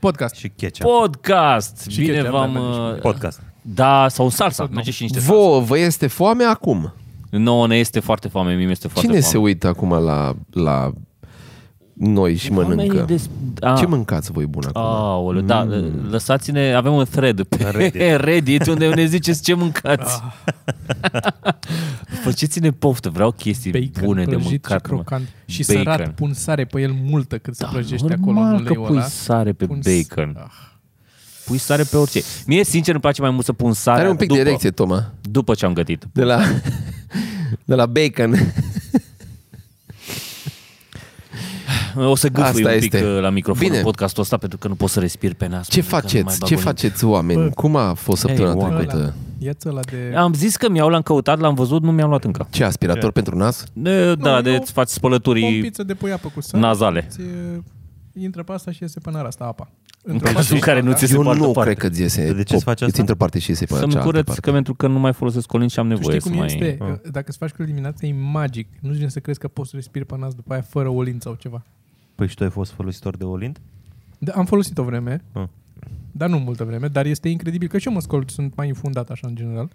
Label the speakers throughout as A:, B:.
A: podcast.
B: Și ketchup.
C: Podcast!
A: Și
C: Bine
A: ketchup,
C: v-am...
A: da,
C: uh,
B: Podcast.
C: Da, sau salsa. Merge și niște salsa.
D: Vouă, vă este foame acum?
C: Nouă ne este foarte foame, mie este foarte
D: Cine
C: foame.
D: se uită acum la, la noi și mănâncă?
C: Oamenii des- Ah.
D: Ce mâncați voi bun acum?
C: Aoleu, da, l- lăsați-ne, avem un thread pe Reddit, unde ne ziceți ce mâncați. Faceți-ne poftă, vreau chestii
A: Bacon
C: bune de
A: prăjit
C: mâncat.
A: și
C: mă.
A: crocant. Și
C: Bacon. Da,
A: sărat, pun sare pe el multă cât se prăjește
C: normal
A: acolo în
C: că
A: uleiul
C: pui
A: ăla.
C: sare pe
A: Pun s-
C: bacon.
A: Ah.
C: Pui sare pe orice. Mie, sincer, îmi place mai mult să pun sare
D: Are un pic
C: după,
D: de erecție, Toma.
C: după ce am gătit.
D: De la, de la bacon.
C: O să gâfui
D: Asta
C: un pic
D: este.
C: uh, la microfon
D: Bine.
C: în podcastul ăsta pentru că nu pot să respir pe nas.
D: Ce
C: pentru că nu mai
D: faceți?
C: bag
D: Ce
C: o limbă.
D: faceți, oameni? Cum a fost săptămâna
C: oameni.
D: trecută?
A: Ia-ți ăla de...
C: Am zis că mi-au, l-am căutat, l-am văzut, nu mi-am luat încă.
D: Ce, aspirator pentru nas?
C: De, da,
A: eu- da?
C: de îți faci spălăturii
A: pompiță de pui apă cu sare.
C: nazale.
A: Ți, e, intră pe asta și iese pe nara asta apa.
C: În
A: Într-o
C: cazul în
A: parte
C: care
A: și
C: nu
A: alta.
C: ți se
D: Eu
C: poartă
D: nu
C: parte.
D: cred că ți iese.
B: De ce îți faci
D: Îți
B: asta?
D: intră parte și iese pe
C: Să-mi
D: cealaltă
C: curăț,
D: parte.
C: că pentru că nu mai folosesc colin și am
A: Tu
C: nevoie
A: știi
C: să
A: cum
C: mai...
A: este? Dacă îți faci cu eliminația, e magic. Nu-ți vine să crezi că poți să respiri pe nas după aia fără olin sau ceva.
B: Păi și tu ai fost folositor de Olind?
A: Da, am folosit o vreme,
B: Ah.
A: dar nu multă vreme, dar este incredibil că și eu mă scol, sunt mai infundat așa în general.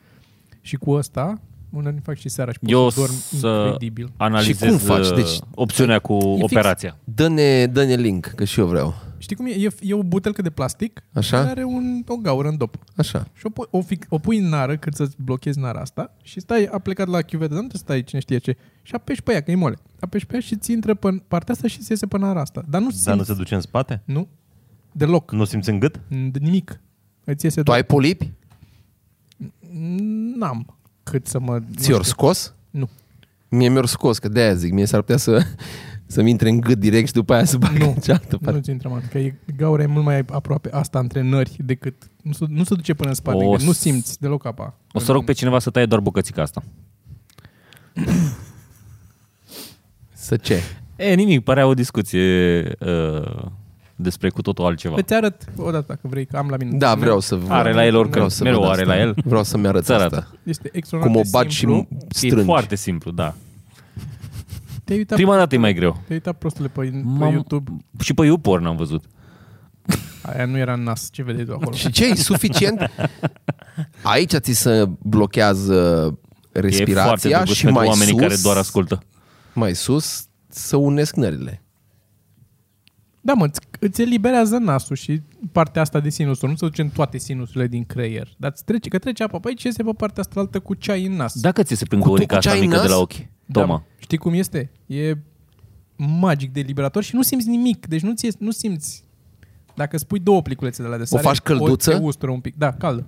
A: Și cu ăsta, uneori fac și seara și pot
C: Eu
A: să dorm
C: să-
A: incredibil.
C: Analizez
D: Și cum faci?
C: uh,
D: Deci-
C: opțiunea cu
A: fix.
C: operația.
D: Dă-ne, dă-ne link, că și eu vreau.
A: Știi cum e? E, e o butelcă de plastic
D: Așa?
A: care are un, o gaură în dop.
D: Așa.
A: Și o, pui, o, fic, o pui în nară cât să-ți blochezi nara asta și stai aplecat la chiuvetă, dar nu te stai cine știe ce. Și apeși pe ea, că e mole. Apeși pe ea și ți intră pe partea asta și ți iese pe nara asta. Dar nu
B: Dar nu
A: simți.
B: se duce în spate?
A: Nu? Deloc.
B: Nu simți în gât?
A: N- Nimic. Îți iese
D: Tu
A: doar-
D: ai polipi?
A: N- N-am cât să mă... nu
D: Ți-or
A: știu.
D: scos?
A: Nu.
D: Mie mi-or scos, că de-aia zic. Mie s-ar putea să, să-mi intre în gât direct și după aia să bag
A: Nu.
D: în cealaltă parte.
A: Nu ți intră, mă, că e, gaura e mult mai aproape asta între nări decât... Nu se, nu se duce până în spate,
C: O
A: că nu
C: s-
A: simți deloc apa.
C: O să rog pe cineva să taie doar bucățica asta.
D: Să ce?
C: E, nimic, părea o discuție uh, despre cu totul altceva.
A: Îți arăt odată dacă vrei, că am la mine.
D: Da, vreau să văd.
C: Are la el oricând,
D: Vreau să
C: mereu
D: văd
C: are
D: asta.
C: la el.
D: Vreau să-mi arăți
C: Ți-arată.
D: asta.
A: Este extraordinar
D: Cum o
A: de
D: bagi și
A: simplu.
C: E
D: strângi.
C: foarte simplu, da.
A: Te-ai
B: Da.
A: uitat,
C: Prima dată e mai greu.
A: te-ai uitat prostule pe, pe
C: M-am-
A: YouTube.
C: Și pe YouPorn am văzut.
A: Aia nu era în nas, ce vedeai tu acolo?
D: Și ce, e suficient? Aici ți se blochează
C: e foarte
D: respirația
C: drăguț
D: și
C: pentru
D: mai
C: oamenii
D: sus,
C: care doar ascultă.
D: mai sus să unesc nările.
A: Da, mă, îți, îți eliberează nasul și partea asta de sinusuri. Nu se duce în toate sinusurile din creier. Dar îți trece, că trece apa pe aici și iese pe partea asta altă cu ceai în nas.
D: Da,
C: Dacă ți se prinde
D: Cu-
C: urica
D: cu
C: asta
D: ceai în
C: mică de
D: nas?
C: la ochi,
A: Da,
C: Toma.
A: mă. Știi cum este? E magic de eliberator și nu simți nimic. Deci nu, ți, nu simți. Dacă spui două pliculețe de la de sare,
D: faci călduță?
A: ori te ustură un pic. Da, caldă.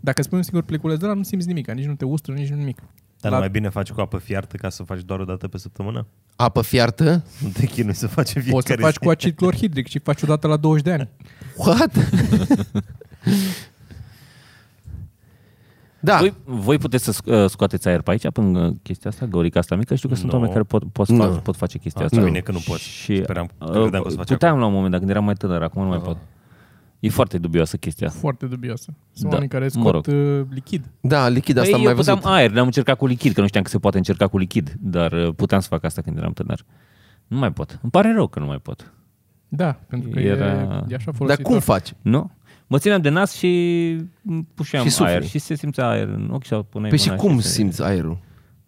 A: Dacă spui un singur pliculeț de la, nu simți nimic. Nici nu te ustură, nici nu nimic.
B: Dar
A: la
B: nu mai bine faci cu apă fiartă ca să faci doar o dată pe săptămână?
D: Apă fiartă?
B: Nu te chinui să faci în fiecare
A: Poți să faci
B: zi.
A: cu acid clorhidric și faci odată la 20 de ani.
D: What? da,
C: Voi, voi puteți să sc- uh, scoateți aer pe aici până uh, chestia asta, găurica asta mică? Știu că sunt
B: Nu.
C: oameni care pot, pot,
D: Nu.
C: fa- pot face chestia
B: Ah,
C: asta.
B: bine că nu poți. Speram-
C: uh,
B: credeam că o să faci Ah.
C: puteam la un moment dat, când eram mai tânăr, acum nu mai pot. E foarte dubioasă chestia asta.
A: Foarte dubioasă.
C: Da,
A: Sunt da. oameni care
C: mă
A: scot
C: rog.
A: mă rog. lichid.
D: da, lichid asta
C: Păi
D: am
C: eu
D: mai văzut.
C: puteam aer, le-am încercat cu lichid, că nu știam că se poate încerca cu lichid, dar uh, puteam să fac asta când eram tânăr. Nu mai pot. Îmi pare rău că nu mai pot.
A: Da, pentru că
C: Era-
A: e, e așa
D: Dar
A: folositor.
D: cum faci?
C: Nu? Mă țineam de nas și mm, pușeam
D: Și
C: și
D: sufli.
C: aer și se simțea aer în ochi sau puneai
D: Păi și
C: mâna
D: cum
C: se-
D: simți aerul?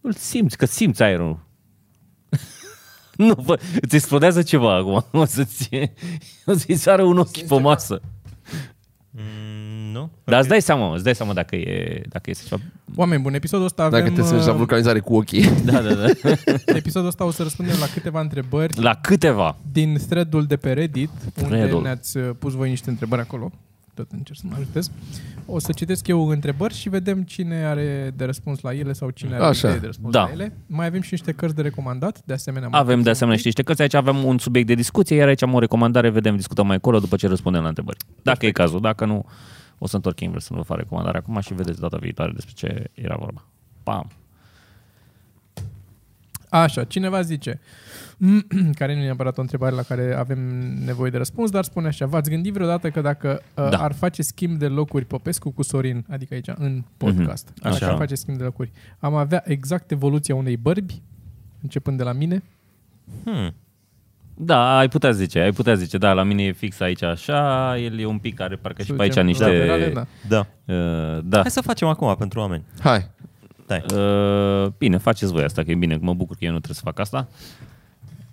C: Îl simți, că simți aerul. nu, bă, îți explodează ceva acum. O să-ți, o să-i sară un ochi pe masă.
B: Mm, nu?
C: Dar îți dai seama, mă, îți dai seama dacă e, dacă este ceva.
A: Da. Oameni buni, episodul ăsta avem...
D: Dacă te simți la
A: uh,
D: vulcanizare cu ochii.
C: Da, da, da.
A: episodul ăsta o să răspundem la câteva întrebări
C: La câteva.
A: din threadul de pe Reddit, unde
C: Thread-ul.
A: ne-ați uh, pus voi niște întrebări acolo. Tot încerc să mă ajutez. O să citesc eu întrebări și vedem cine are de răspuns la ele sau cine are
D: Așa.
A: idei de răspuns
C: Da.
A: la ele. Mai avem și niște cărți de recomandat, de asemenea. mai
C: Avem de
A: puțin
C: asemenea și
A: timp.
C: niște cărți. Aici avem un subiect de discuție, iar aici am o recomandare. Vedem, discutăm mai acolo după ce răspundem la întrebări. Dacă e cazul, dacă nu, o să întorc invers să nu vă fac recomandarea acum și vedeți data viitoare despre ce era vorba. Pam!
A: Așa, cineva zice, "Mm, care nu e neapărat o întrebare la care avem nevoie de răspuns, dar spune așa, v-ați gândit vreodată că dacă da.
C: Da.
A: ar face schimb de locuri Popescu cu Sorin, adică aici în podcast, mm-hmm.
C: Mhm. Așa.
A: dacă ar face schimb de locuri, am avea exact evoluția unei bărbi, începând de la mine?
B: Hmm.
C: Da, ai putea zice, ai putea zice, da, la mine e fix aici așa, el e un pic, are parcă și
A: Să
C: pe aici
A: zicem,
C: niște...
A: laterale, da.
B: Da.
C: Uh, da.
B: Hai să facem acum pentru oameni.
D: Hai.
B: Stai.
C: Uh, bine, faceți voi asta, că e bine, că mă bucur că eu nu trebuie să fac asta.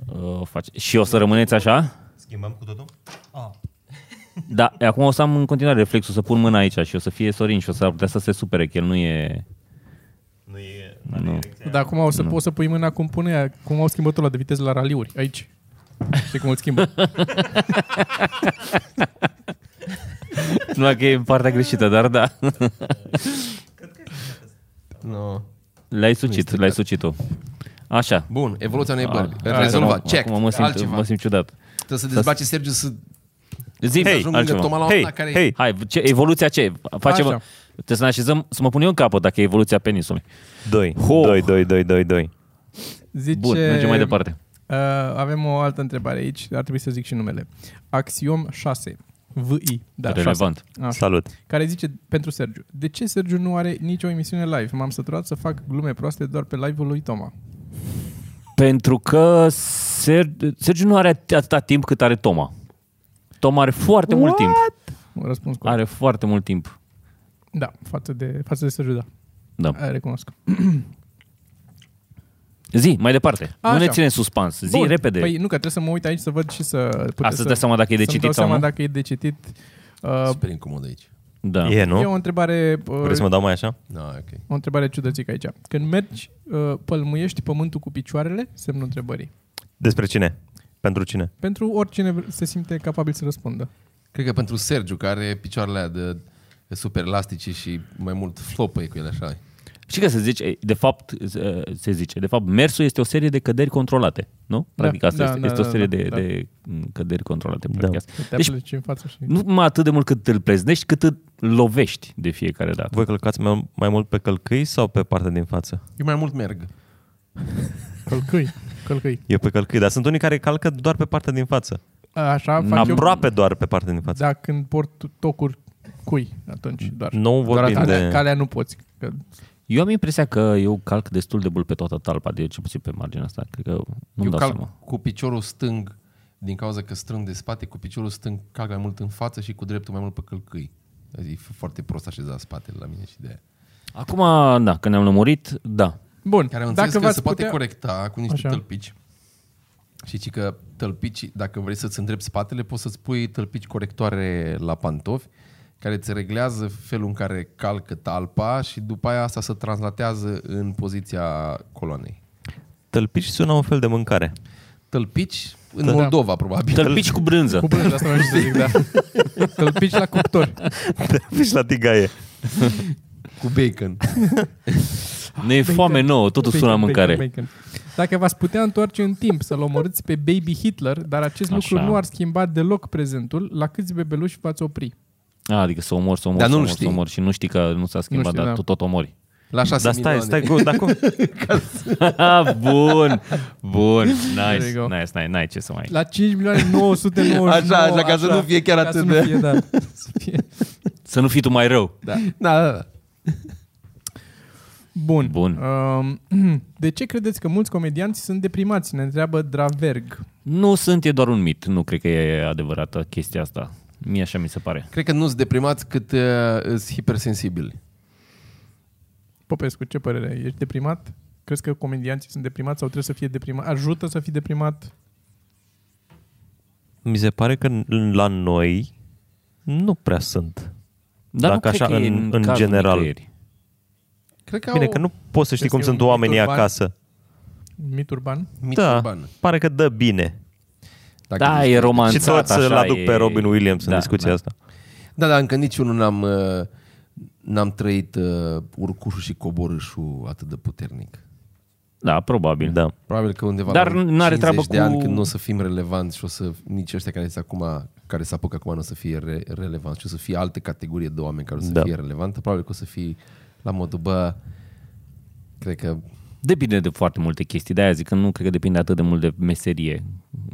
C: Uh, o face... Și o să rămâneți așa?
B: Schimbăm cu totul? Ah.
C: Da, acum o să am în continuare reflexul să pun mâna aici și o să fie Sorin și o să ar putea să se supere că el nu e...
B: Nu e...
C: Nu.
A: Dar acum o să
C: Mhm.
A: poți să pui mâna cum pune aia, cum au schimbat ăla de viteză la raliuri, aici. Știi cum îl schimbă?
C: Nu că e în partea greșită, dar da.
D: No.
C: Le-ai sucit, le-ai sucit tu. Așa.
D: Bun, evoluția nu e
C: Ah,
D: blană.
C: da,
D: Rezolvat,
C: acum-
D: check.
C: Acum mă simt,
D: altceva.
C: mă simt ciudat.
D: Trebuie să dezbace Sergiu să
C: Zi,
D: să
C: hey,
D: ajung lângă
C: altceva.
D: Toma la
B: Hei,
D: una care
B: hei,
C: Hai, ce, evoluția ce? Facem,
A: Așa.
C: trebuie să ne așezăm, să mă pun eu în capăt dacă e evoluția penisului.
B: 2,
C: Ho.
B: 2, 2, 2, 2, 2.
A: Zice,
C: Bun, mergem mai departe.
A: Uh, avem o altă întrebare aici, ar trebui să zic și numele. Axiom 6, VI, da,
C: Relevant.
A: 6, așa,
B: Salut.
A: care zice pentru Sergiu. De ce Sergiu nu are nicio emisiune live? M-am săturat să fac glume proaste doar pe live-ul lui Toma.
C: Pentru că Ser- Sergiu nu are at- atâta timp cât are Toma. Toma are foarte mult timp.
A: Un răspuns corect.
C: Are foarte mult timp.
A: Da, față de, față de Sergiu, da.
C: Da.
A: Aia Recunosc.
C: Zi, mai departe.
A: Așa.
C: Nu ne ține în suspans. Zi,
A: Bun.
C: repede.
A: Păi nu, că trebuie să mă uit aici să văd și să... puteți
C: Asta îți dai seama dacă e de
A: să-mi
C: citit
A: dau
C: sau
A: seama
C: nu?
A: dacă e de citit. Uh,
D: Super incomod aici.
C: da.
B: E,
A: e o
B: nu?
A: întrebare...
B: Vreți să mă
A: Uh,
B: dau mai așa?
D: Da, ok.
A: o întrebare ciudățică aici. Când mergi, uh, pălmuiești pământul cu picioarele? Semnul întrebării.
B: Despre cine? Pentru cine?
A: Pentru oricine se simte capabil să răspundă.
D: Cred că pentru Sergiu, care are picioarele aia de super elastice și mai mult flopăie cu ele așa.
C: Și că se zice, de fapt, se zice, de fapt, mersul este o serie de căderi controlate, nu? Practic asta
A: da,
C: este,
A: da,
C: este o
A: da,
C: serie
A: da,
C: de,
A: da.
C: de mm, căderi controlate.
B: Da.
C: practic asta.
A: Că Te deci,
C: Deci
A: apleci în față și...
C: nu mai atât de mult cât îl preznești, cât îl lovești de fiecare dată.
B: Voi călcați mai, mai mult pe călcâi sau pe partea din față?
D: Eu mai mult merg.
A: Călcâi. Călcâi.
B: Eu pe călcâi, dar sunt unii care calcă doar pe partea din față.
A: Așa fac eu.
B: Aproape doar pe partea din față.
A: Da, când port tocuri cui, atunci doar.
B: Nu vorbim
A: doar
B: de...
A: de... Calea nu poți. Că
C: Eu am impresia că eu calc destul de mult pe toată talpa, de cel puțin pe marginea asta. Cred că nu-mi
D: Eu
C: dau
D: calc
C: seama.
D: cu piciorul stâng din cauza că strâng de spate, cu piciorul stâng calc mai mult în față și cu dreptul mai mult pe călcâi. E foarte prost așezat spatele la mine și de aia.
C: Acum, da, când ne-am lămurit, da.
A: Bun,
D: Care am înțeles Dacă că
A: dacă v-ați
D: se poate
A: putea...
D: corecta cu niște
A: Așa.
D: Așa. tălpici. Și ci că tălpici, dacă vrei să-ți îndrepti spatele, poți să-ți pui tălpici corectoare la pantofi, care îți reglează felul în care calcă talpa și după aia asta se translatează în poziția coloanei.
B: Tălpici sună un fel de mâncare.
D: Tălpici
B: Da.
D: în Moldova, probabil.
C: Tălpici cu brânză.
A: Cu brânză, asta vreau să zic, da. Tălpici la cuptor.
B: Tălpici la tigaie.
D: Cu bacon.
C: Ne e foame nouă, totul sună la mâncare.
A: bacon. Dacă v-ați putea întoarce în timp să-l omorâți pe baby Hitler, dar acest
C: Așa.
A: lucru nu ar schimba deloc prezentul, la câți bebeluși v-ați opri?
C: A, adică să omori, să omori,
D: Dar
C: să
D: nu-l
C: omori, să
D: știi.
C: omori și nu știi că nu s-a schimbat,
A: știi,
C: dar
A: da.
C: tu tot omori.
D: La șase
B: Dar stai,
D: milioane.
B: stai, go, dar cum?
C: bun, bun,
A: There
C: nice,
A: you go.
C: nice, nice, n-ai ce să mai...
A: La 5 milioane 999.
D: Așa, așa, ca să nu fie chiar
A: ca
D: atât
A: să nu
D: de-
A: Fie, da. Să fie.
C: Să nu fii tu mai rău.
D: Da. Da, da, da.
A: Bun.
C: Bun.
A: Um, de ce credeți că mulți comedianți sunt deprimați? Ne întreabă Draverg.
C: Nu sunt, e doar un mit, nu cred că e adevărată chestia asta. Mie așa mi se pare.
D: Cred că nu-ți deprimați cât uh, îți hipersensibili.
A: Popescu, ce părere ai? Ești deprimat? Crezi că comedianții sunt deprimați sau trebuie să fie deprimat? Ajută să fii deprimat?
B: Mi se pare că n- la noi nu prea sunt.
C: Dar
B: Dacă
C: nu cred
B: așa,
C: că e
B: în- în
C: cazul
B: general.
C: nicăieri.
D: Cred că
B: Bine
D: au
B: că nu poți să știi
A: Este
B: cum sunt
A: un mit
B: oamenii
A: urban.
B: acasă.
A: Mit urban?
D: mit
B: da,
D: urban.
B: pare că dă bine.
D: Dacă
C: Da, e
B: Și
C: romanțat
B: toți
C: așa,
B: îl aduc
C: e...
B: pe Robin Williams
C: da,
B: în discuția
C: da.
B: asta.
D: Da, dar încă niciunul n-am, uh, n-am trăit uh, urcușul și coborâșul atât de puternic.
C: Da, probabil. Da.
B: Da.
D: Probabil că undeva
C: Dar
D: la un
C: n-are treabă
D: 50 de
C: cu-
D: ani când nu o să fim relevanți și o să nici ăștia care sunt acum care se apucă acum nu o să fie re- relevanți, și o să fie altă categorie de oameni care o să
B: Da.
D: da. fie relevantă, probabil că o să fie la modul bă, cred că
C: Depinde de foarte multe chestii, de-aia zic că nu cred că depinde atât de mult de meserie.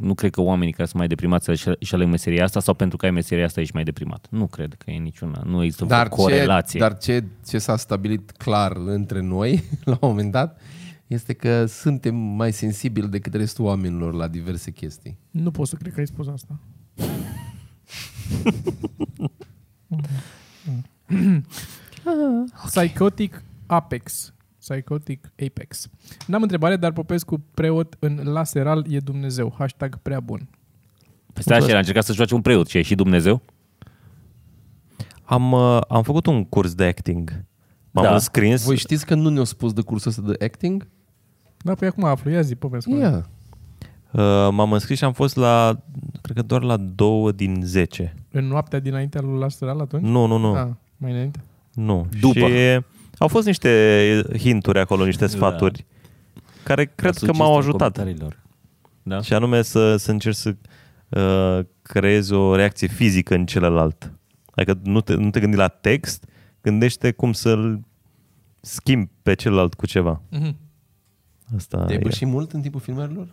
C: Nu cred că oamenii care sunt mai deprimați și- și aleg meseria asta sau pentru că ai meseria asta ești mai deprimat. Nu cred că e niciuna. Nu există
D: dar,
C: o corelație.
D: Ce, dar ce, ce s-a stabilit clar între noi la un moment dat este că suntem mai sensibili decât restul oamenilor la diverse chestii.
A: Nu pot să cred că ai spus asta. Psychotic Apex. Psychotic Apex. N-am întrebare, dar Popescu preot în laseral e Dumnezeu. Hashtag prea bun.
C: Păi stai așa, a încercat să joace un preot și a ieșit Dumnezeu?
B: Am, uh, am făcut un curs de acting. M-am
C: Da.
B: da. înscris.
D: Voi știți că nu ne-au spus de cursul ăsta de acting?
A: Da, păi acum aflu. Ia zi, Popescu.
D: Yeah.
B: Uh, m-am înscris și am fost la, cred că doar la două din zece.
A: În noaptea dinaintea lui laseral atunci?
B: Nu, nu, nu.
A: Ah, mai înainte.
B: nu.
C: După.
B: Și au fost niște hinturi acolo, niște sfaturi, care cred că m-au ajutat.
C: Da?
B: Și anume să, să încerci să uh, creezi o reacție fizică în celălalt. Adică nu te, nu te gândi la text, gândește cum să-l schimbi pe celălalt cu ceva.
A: Mm-hmm.
B: Asta
D: Te-ai
B: e.
D: pășit mult în timpul filmărilor?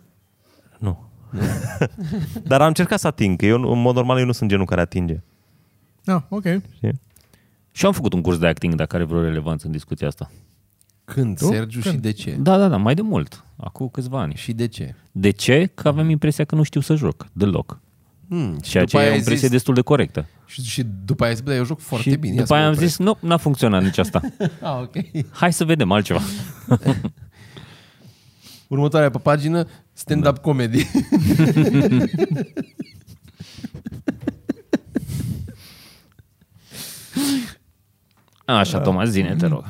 B: Nu. Dar am încercat să ating, că eu, nu- în mod normal, eu nu sunt genul care atinge.
A: Ah, ok.
B: Știi?
C: Și eu am făcut un curs de acting, dacă are vreo relevanță în discuția asta.
D: Când, tu? Sergiu, Când? și de ce?
C: Da, da, da, mai de mult. Acum câțiva ani.
D: Și de ce?
C: De ce? Că avem impresia că nu știu să joc deloc.
D: Hmm.
C: Ceea ce
D: după
C: e
D: aia
C: o
D: ai
C: impresie
D: zis-
C: destul de corectă.
D: Și, și după aia ai zis, "Bă, dar eu joc foarte
C: și
D: bine. ia
C: după
D: să
C: aia
D: mă
C: am
D: opresc."
C: zis, nu, n-a funcționat nici asta.
D: Ah, ok.
C: Hai să vedem altceva.
D: Următoarea pe pagină, stand-up da. comedy.
C: Așa, Toma, zine, te rog.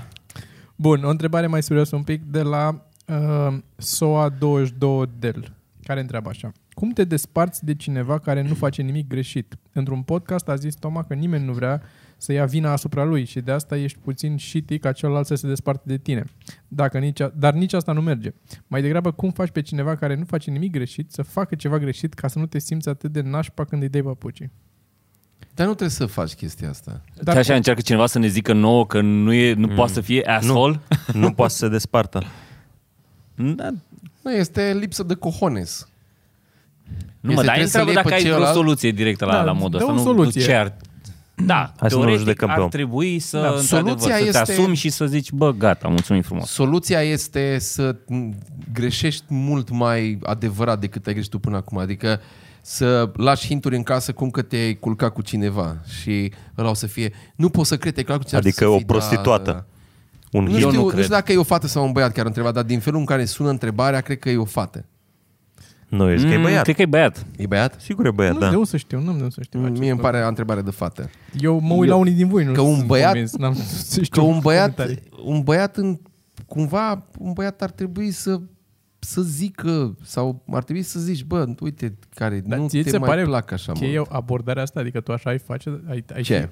A: Bun, o întrebare mai serioasă un pic de la uh, SOA22del, care întreabă așa. Cum te desparți de cineva care nu face nimic greșit? Într-un podcast a zis Toma că nimeni nu vrea să ia vina asupra lui și de asta ești puțin shitty ca celălalt să se desparte de tine. Dacă nici a, dar nici asta nu merge. Mai degrabă, cum faci pe cineva care nu face nimic greșit să facă ceva greșit ca să nu te simți atât de nașpa când îi dai papucii?
D: Dar nu trebuie să faci chestia asta.
A: Dar
C: Dar așa încearcă cineva să ne zică nouă că nu, e, Mm. nu poate să fie asshole?
B: Nu poate să se despartă.
C: Nu, da,
D: Nu, este lipsă de cohones.
C: nu mă, dar
D: trebuie
C: ai
D: să
C: întreabă
D: le iei
C: dacă
D: pe
C: ai vreo
D: celălalt.
C: soluție directă la,
A: Da,
C: la modul
A: dă
C: ăsta.
A: o
C: Nu,
A: soluție.
C: Nu, ce ar, da,
B: Hai să nu
C: teoretic
B: judecăm pe
C: ar
B: om.
C: trebui să,
D: Da,
C: da,
D: soluția
C: soluția să
D: este-
C: te asumi și să zici, bă, gata, mulțumim frumos.
D: Soluția este să m, greșești mult mai adevărat decât ai greșit tu până acum. Adică să lași hinturi în casă cum că te-ai culcat cu cineva și ăla o să fie... Nu poți să cred, te-ai culcat cu cineva
B: Adică
D: să
B: o
D: fii, da,
B: prostituată.
D: da.
B: Un
D: Nu
B: hit.
D: știu,
C: nu
D: nu,
C: cred.
D: știu dacă e o fată sau un băiat care a întrebat, dar din felul în care sună întrebarea, cred că e o fată.
B: Nu, ești că e
C: Mm,
B: băiat.
C: Cred că e băiat.
D: E băiat?
B: Sigur e băiat,
A: nu da.
B: da.
A: de unde să știu, nu de unde să știu. acest
D: Mm, Mie îmi
A: lucru.
D: pare o întrebare de fată.
A: Eu mă uit la unii din voi, nu
D: Că un
A: sunt
D: băiat-
A: convins, n-am să știu
D: Că un băiat,
A: comentarii.
D: un băiat în, cumva, un băiat ar trebui să să zică sau ar trebui să zici, bă, uite, care
C: Da,
A: Dar
D: nu
A: ție ți
D: te
A: se
D: mai
A: pare
D: plac așa
A: Că
D: mult.
A: e abordarea asta, adică tu așa ai face, ai, ai
D: Ce?
A: Fi,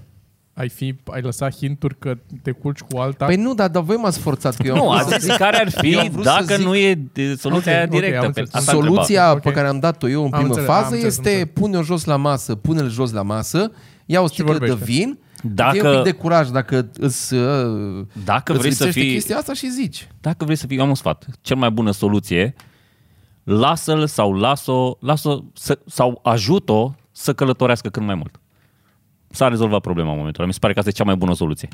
A: ai fi, ai lăsat hinturi că te culci cu alta.
D: Păi nu, dar, dar voi m-ați forțat că eu am
C: Nu,
D: vrut să
C: a zis care ar
D: Eu
C: fi
D: am vrut să
C: dacă
D: zic-
C: nu e de- soluția
A: Ok,
C: aia
A: ok,
C: directă.
A: am
C: pe-
A: înțeles.
C: asta întreba.
D: Soluția
A: întrebat.
D: pe
A: Ok.
D: care am dat-o eu în primă
A: înțeles, am
D: fază
A: înțeles, am
D: este
A: înțeles.
D: pune-o jos la masă, pune-l jos la masă, ia o sticlă de
A: vorbește.
D: vin,
C: Dacă-
D: fie un pic de curaj dacă îți, uh,
C: Dacă
D: îți
C: vrei să
D: lipsește
C: fii-
D: chestia asta și zici.
C: Dacă vrei să fii, eu am un sfat. Cel mai bună soluție, lasă-l sau las-o, las-o să, sau ajut-o să călătorească cât mai mult. S-a rezolvat problema în momentul ăla. Mi se pare că asta e cea mai bună soluție.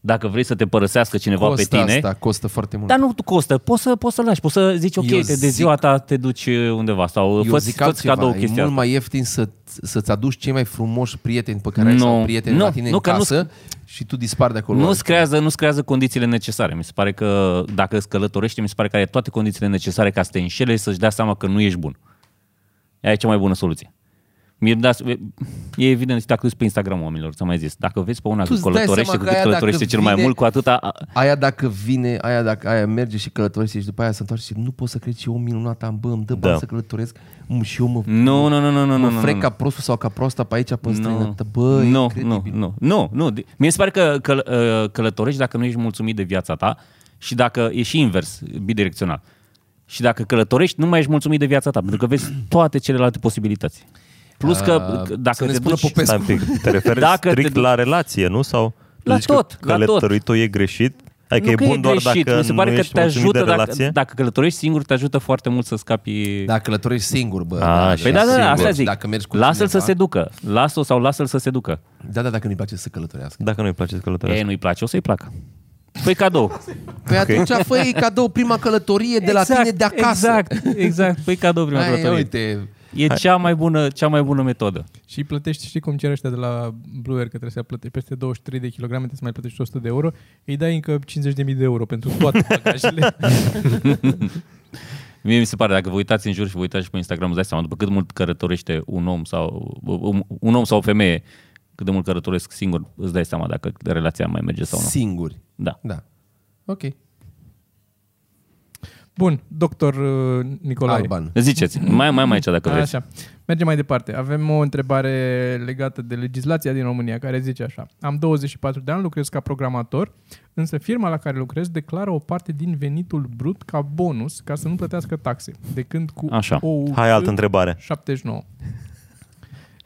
C: Dacă vrei să te părăsească cineva
D: Costă
C: pe tine,
D: asta, costă foarte mult.
C: dar nu costă, poți să, poți să lași, poți să zici, ok,
D: Eu
C: te, de ziua ta te duci undeva sau
D: Eu
C: fă-ți,
D: zic
C: fă-ți
D: altceva,
C: cadou
D: e
C: chestia
D: mult
C: asta.
D: mai ieftin să, să-ți aduci cei mai frumoși prieteni pe care ai
C: Nu,
D: sau prieteni
C: nu,
D: la tine
C: nu,
D: în
C: că nu-
D: casă și tu dispari de acolo.
C: Nu-ți creează, nu-ți creează condițiile necesare. Mi se pare că dacă îți călătorești, mi se pare că are toate condițiile necesare ca să te înșele și să-și dea seama că nu ești bun. Aia e cea mai bună soluție. Mie îmi dați, e evident, dacă te uiți pe Instagram oamenilor, ți-am mai zis, dacă vezi pe una
D: Tu
C: că
D: îți dai
C: călătorește,
D: seama
C: cu
D: că
C: cât
D: aia
C: călătorește
D: dacă
C: cel mai
D: vine-
C: mult, cu atâta...
D: Aia dacă vine, aia dacă aia merge și călătorește și după aia se întoarce și nu pot să cred ce om minunat am, bă, îmi dă bani
B: Da.
D: să călătoresc Mm, și eu mă,
C: Nu, nu, nu, nu, nu,
D: mă
C: nu, nu,
D: frec
C: nu.
D: ca prostul sau ca proasta pe aici, pe
C: Nu,
D: străinătate. Bă, e
C: nu,
D: incredibil.
C: nu, nu, nu, nu. De- Mie se pare că căl- uh, călătorești dacă nu ești mulțumit de viața ta și dacă e și invers, bidirecțional. Și dacă călătorești, nu mai ești mulțumit de viața ta, pentru că vezi toate celelalte posibilități. Plus că
D: Ah,
C: uh,
D: să
C: dacă
D: ne
C: te
D: spună
C: duci...
D: Popescu.
B: Stai un pic, te referi
C: Dacă
B: Dacă
C: te
B: strict
C: duci-
B: la relație, nu? Sau
C: La
B: zici că
C: tot, la tot.
B: Călătoritul e greșit? Adică
C: nu
B: e
C: că
B: bun doar dacă
C: mi se pare
B: nu
C: că
B: ești
C: te
B: mulțumit
C: ajută
B: de
C: dacă,
B: relație?
C: dacă călătorești singur, te ajută foarte mult să scapi
D: Da, călătorești singur, bă.
B: A, și
C: Păi da, da, da, asta
D: singur.
C: zic.
D: Dacă mergi cu
C: Lasă-l să
D: cineva-
C: se ducă. Lasă-o sau lasă-l să se ducă.
D: Da, da, dacă nu-i place să călătorească.
B: Dacă nu-i place să
C: E,
B: călătorească.
C: nu-i place, o să-i placă. Păi cadou.
D: Păi atunci fă cadou prima călătorie de la tine de acasă.
C: Exact, exact. Păi cadou prima
D: Hai,
C: călătorie.
D: uite,
C: E cea mai bună, cea mai bună metodă.
A: Și plătești, știi cum cer ăștia de la Blue Air, că trebuie să plătești peste 23 de kilograme, trebuie să mai plătești 100 de euro, îi dai încă 50.000 de euro pentru toate bagajele.
C: Mie mi se pare, dacă vă uitați în jur și vă uitați și pe Instagram, îți dați seama după cât mult cărătorește un om sau un, un om sau o femeie, cât de mult cărătoresc singur, îți dai seama dacă relația mai merge sau nu.
D: singuri.
C: Da.
D: Da. Ok.
A: Bun, doctor uh, Nicolae.
D: Alban.
C: Ziceți, mai mai am aici dacă vreți.
A: Așa. Mergem mai departe. Avem o întrebare legată de legislația din România care zice așa. Am 24 de ani, lucrez ca programator, însă firma la care lucrez declară o parte din venitul brut ca bonus ca să nu plătească taxe, de când cu
C: Așa.
A: OUC
B: Hai altă întrebare.
A: 79.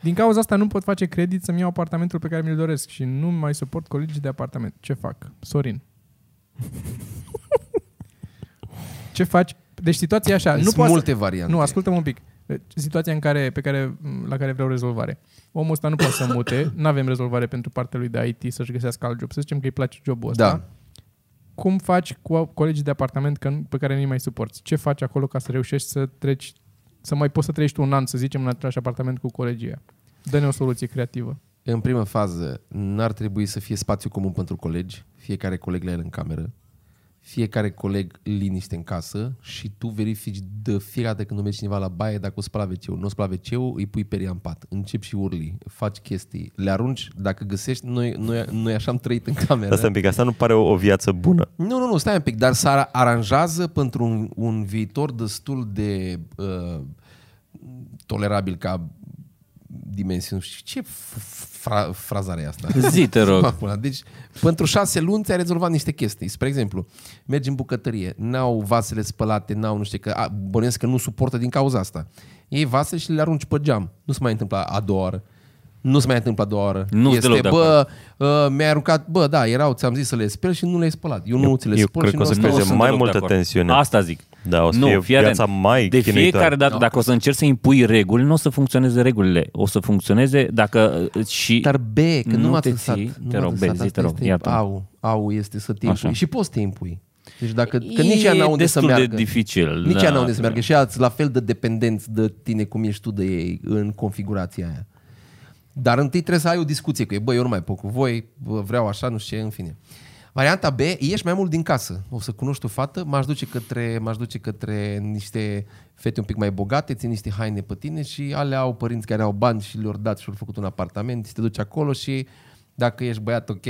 A: Din cauza asta nu pot face credit să-mi iau apartamentul pe care mi-l doresc și nu mai suport colegii de apartament. Ce fac? Sorin. Ce faci? Deci situația e așa. Nu
D: Sunt
A: poate
D: multe variante.
A: nu, ascultă-mă un pic. Deci, Situația în care, pe care, la care vreau rezolvare. Omul ăsta nu poate să mute, nu avem rezolvare pentru partea lui de IT să-și găsească alt job. Să zicem că îi place jobul ăsta.
D: Da.
A: Cum faci cu colegii de apartament că, nu- pe care nu-i mai suporți? Ce faci acolo ca să reușești să treci, să mai poți să trăiești un an, să zicem, în același apartament cu colegii ăia? Dă-ne o soluție creativă.
D: În prima fază, n-ar trebui să fie spațiu comun pentru colegi, fiecare coleg la el în cameră, fiecare coleg liniște în casă și tu verifici de fiecare dată când mergi cineva la baie dacă o spală wc nu o spală wc îi pui peria în pat, începi și urli, faci chestii, le arunci, dacă găsești, noi, noi, noi așa am trăit în cameră.
B: Asta un pic, asta nu pare o, o viață bună.
D: Nu, nu, nu, stai un pic, dar se ara- aranjează pentru un, un viitor destul de uh, tolerabil ca dimensiuni. Și ce f- fra- frazare e asta?
C: Zi, te rog.
D: Acum, Deci, pentru șase luni ți-ai rezolvat niște chestii. Spre exemplu, mergi în bucătărie, n-au vasele spălate, n-au nu știu că, a, bănuiesc că nu suportă din cauza asta. Ei vase și le arunci pe geam. Nu se mai întâmplă a doua oară. Nu se mai întâmplă a doua oară.
C: Nu sunt
D: este,
C: deloc de
D: bă, uh, mi-ai aruncat, bă, da, erau, ți-am zis să le speli și nu le-ai spălat. Eu, nu ți le
B: eu
D: spăl
B: cred
D: și
B: că o
D: nu le
B: să fie
D: spăl.
C: Nu sunt
B: mai
C: deloc
B: multă
C: de acord.
B: tensiune.
C: Asta zic.
B: Da, o să
C: nu,
B: fie
C: fii atent.
B: viața mai Da.
C: De
B: chinuitoare.
C: fiecare dată, dacă o să încerci să impui reguli, nu o să funcționeze regulile. O să funcționeze dacă uh, și...
D: Dar B, că nu,
C: Nu
D: m-a
C: te
D: țăsat.
C: ții.
D: Nu
C: Te
D: m-a
C: rog,
D: țăsat.
C: Ben, zi,
D: Asta
C: te rog,
D: este-
C: iartă-mă.
D: Au, au, este să te
C: Așa.
D: impui. Și poți să te impui. Deci dacă, că
C: E
D: nici ea n-au unde să
C: destul de
D: meargă.
C: dificil,
D: Nici
C: da.
D: ea n-au unde să meargă. Și alți la fel de dependenți de tine cum ești tu de ei în configurația aia. Dar întâi trebuie să ai o discuție cu ei. Bă, eu nu mai pot cu voi, bă, vreau așa, nu știu ce, în fine. Varianta B, ieși mai mult din casă. O să cunoști o fată, m-aș duce către, m-aș duce către niște fete un pic mai bogate, țin niște haine pe tine și ale au părinți care au bani și le-au dat și au făcut un apartament și te duci acolo și dacă ești băiat ok,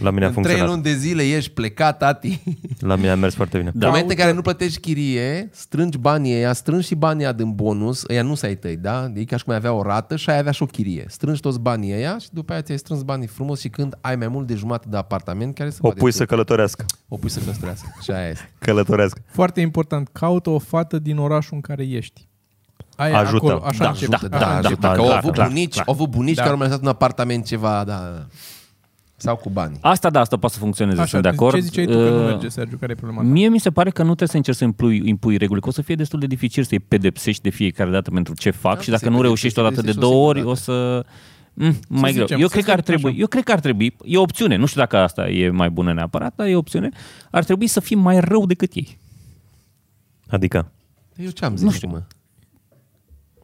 B: La mine a
D: în trei
B: funcționat.
D: luni de zile ești plecat, tati.
B: La mine a mers foarte bine.
D: Da,
C: Da.
D: în momentul în care nu plătești chirie, strângi banii ăia, strângi și banii ăia din bonus, ăia nu s-ai tăi, da? E ca și cum ai avea o rată și ai avea și o chirie. Strângi toți banii ăia și după aia ți-ai strâns banii frumos și când ai mai mult de jumătate de apartament care se
B: O
D: poate
B: pui
D: tu,
B: să călătorească.
D: o pui să construiască. Și aia este.
B: Călătorească.
A: Foarte important, caută o fată din orașul în care ești. Aia
B: Ajută.
A: Acolo, așa
C: Da,
A: încep.
C: da,
A: Așa
D: da,
A: încep.
D: ajută, că au
C: clar,
D: avut
C: clar,
D: bunici,
C: clar.
D: au avut bunici
A: Da.
D: care au mai lăsat un apartament ceva, da, da. Sau cu banii.
C: Asta, da, asta poate să funcționeze,
A: Așa, deci
C: sunt de acord.
A: ce ziceai tu că nu
C: Uh,
A: merge, Sergiu? Care e problema ta?
C: Mie mi se pare că nu trebuie să încerci să impui, impui reguli, că o să fie destul de dificil să-i pedepsești de fiecare dată pentru ce fac
D: Da,
C: da, și
D: să-i
C: dacă nu reușești
D: pedepsești, pedepsești
C: odată de
D: o
C: două
D: singură
C: ori, o să... Mm, mai greu.
A: zicem,
C: eu,
A: să
C: cred că ar
A: zicem așa.
C: trebui, eu cred că ar trebui, e o opțiune, nu știu dacă asta e mai bună neapărat, dar e o opțiune, ar trebui să fii mai rău decât ei.
B: Adică,
D: Eu ce am
C: Nu
D: zis,
C: știu.
D: mă?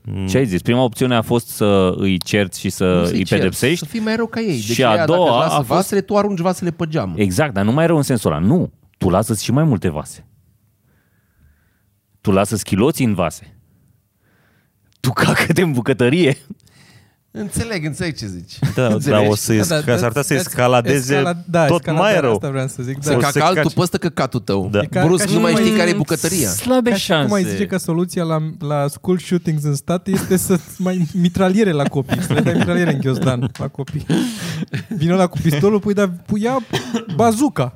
C: Mm. Ce ai zis? Prima opțiune a fost să îi cerți și
D: Nu
C: să
D: să-i
C: îi
D: cer,
C: pedepsești.
D: Să fii mai rău ca ei. Deci
C: Și a
D: aia, dacă
C: doua
D: își lasă
C: a fost-
D: vasele, tu arunci vasele pe geam.
C: Exact, dar nu mai rău în sensul ăla. Nu, tu lasă și mai multe vase. Tu lasă chiloții în vase. Tu cacă-te în bucătărie.
D: Înțeleg, înțeleg ce zici.
B: da, da,
D: Înțelegi?
B: o să
A: Da,
B: da,
A: da,
B: da, s-ar putea să
A: da,
B: escaladeze
A: escala- da,
B: tot
A: escaladarea
B: mai rău.
A: Asta vreau să zic.
D: Să
B: O
A: Da.
B: ca-
D: cac
B: să
D: altul,
B: caci.
D: tu păstă căcatul tău.
B: Da. E
A: ca-
D: Brusc,
A: ca și
D: nu mai
A: cum
D: știi
A: ai-
D: care e bucătăria.
C: Slabe
A: Ca și
C: șanse.
A: cum ai zice că soluția la, la school shootings în stat este să mai mitraliere la copii, să le dai mitraliere în ghiozdan la copii. Vino la cu pistolul, pui, da, pui ia bazuca.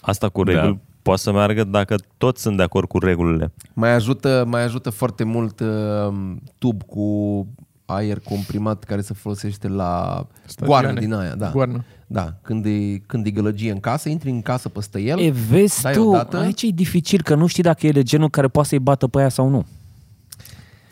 B: Asta cu reguli da. poate să meargă dacă toți sunt de acord cu regulile.
D: Mai ajută, mai ajută foarte mult uh, tub cu aer comprimat care se folosește la
A: Stadioane.
D: goarnă din aia. Da.
A: Goarnă.
D: Da, când e, când e gălăgie în casă, intri în casă peste el.
C: E, vezi
D: dai
C: tu,
D: odată.
C: aici e dificil, că nu știi dacă el e genul care poate să-i bată pe aia sau nu.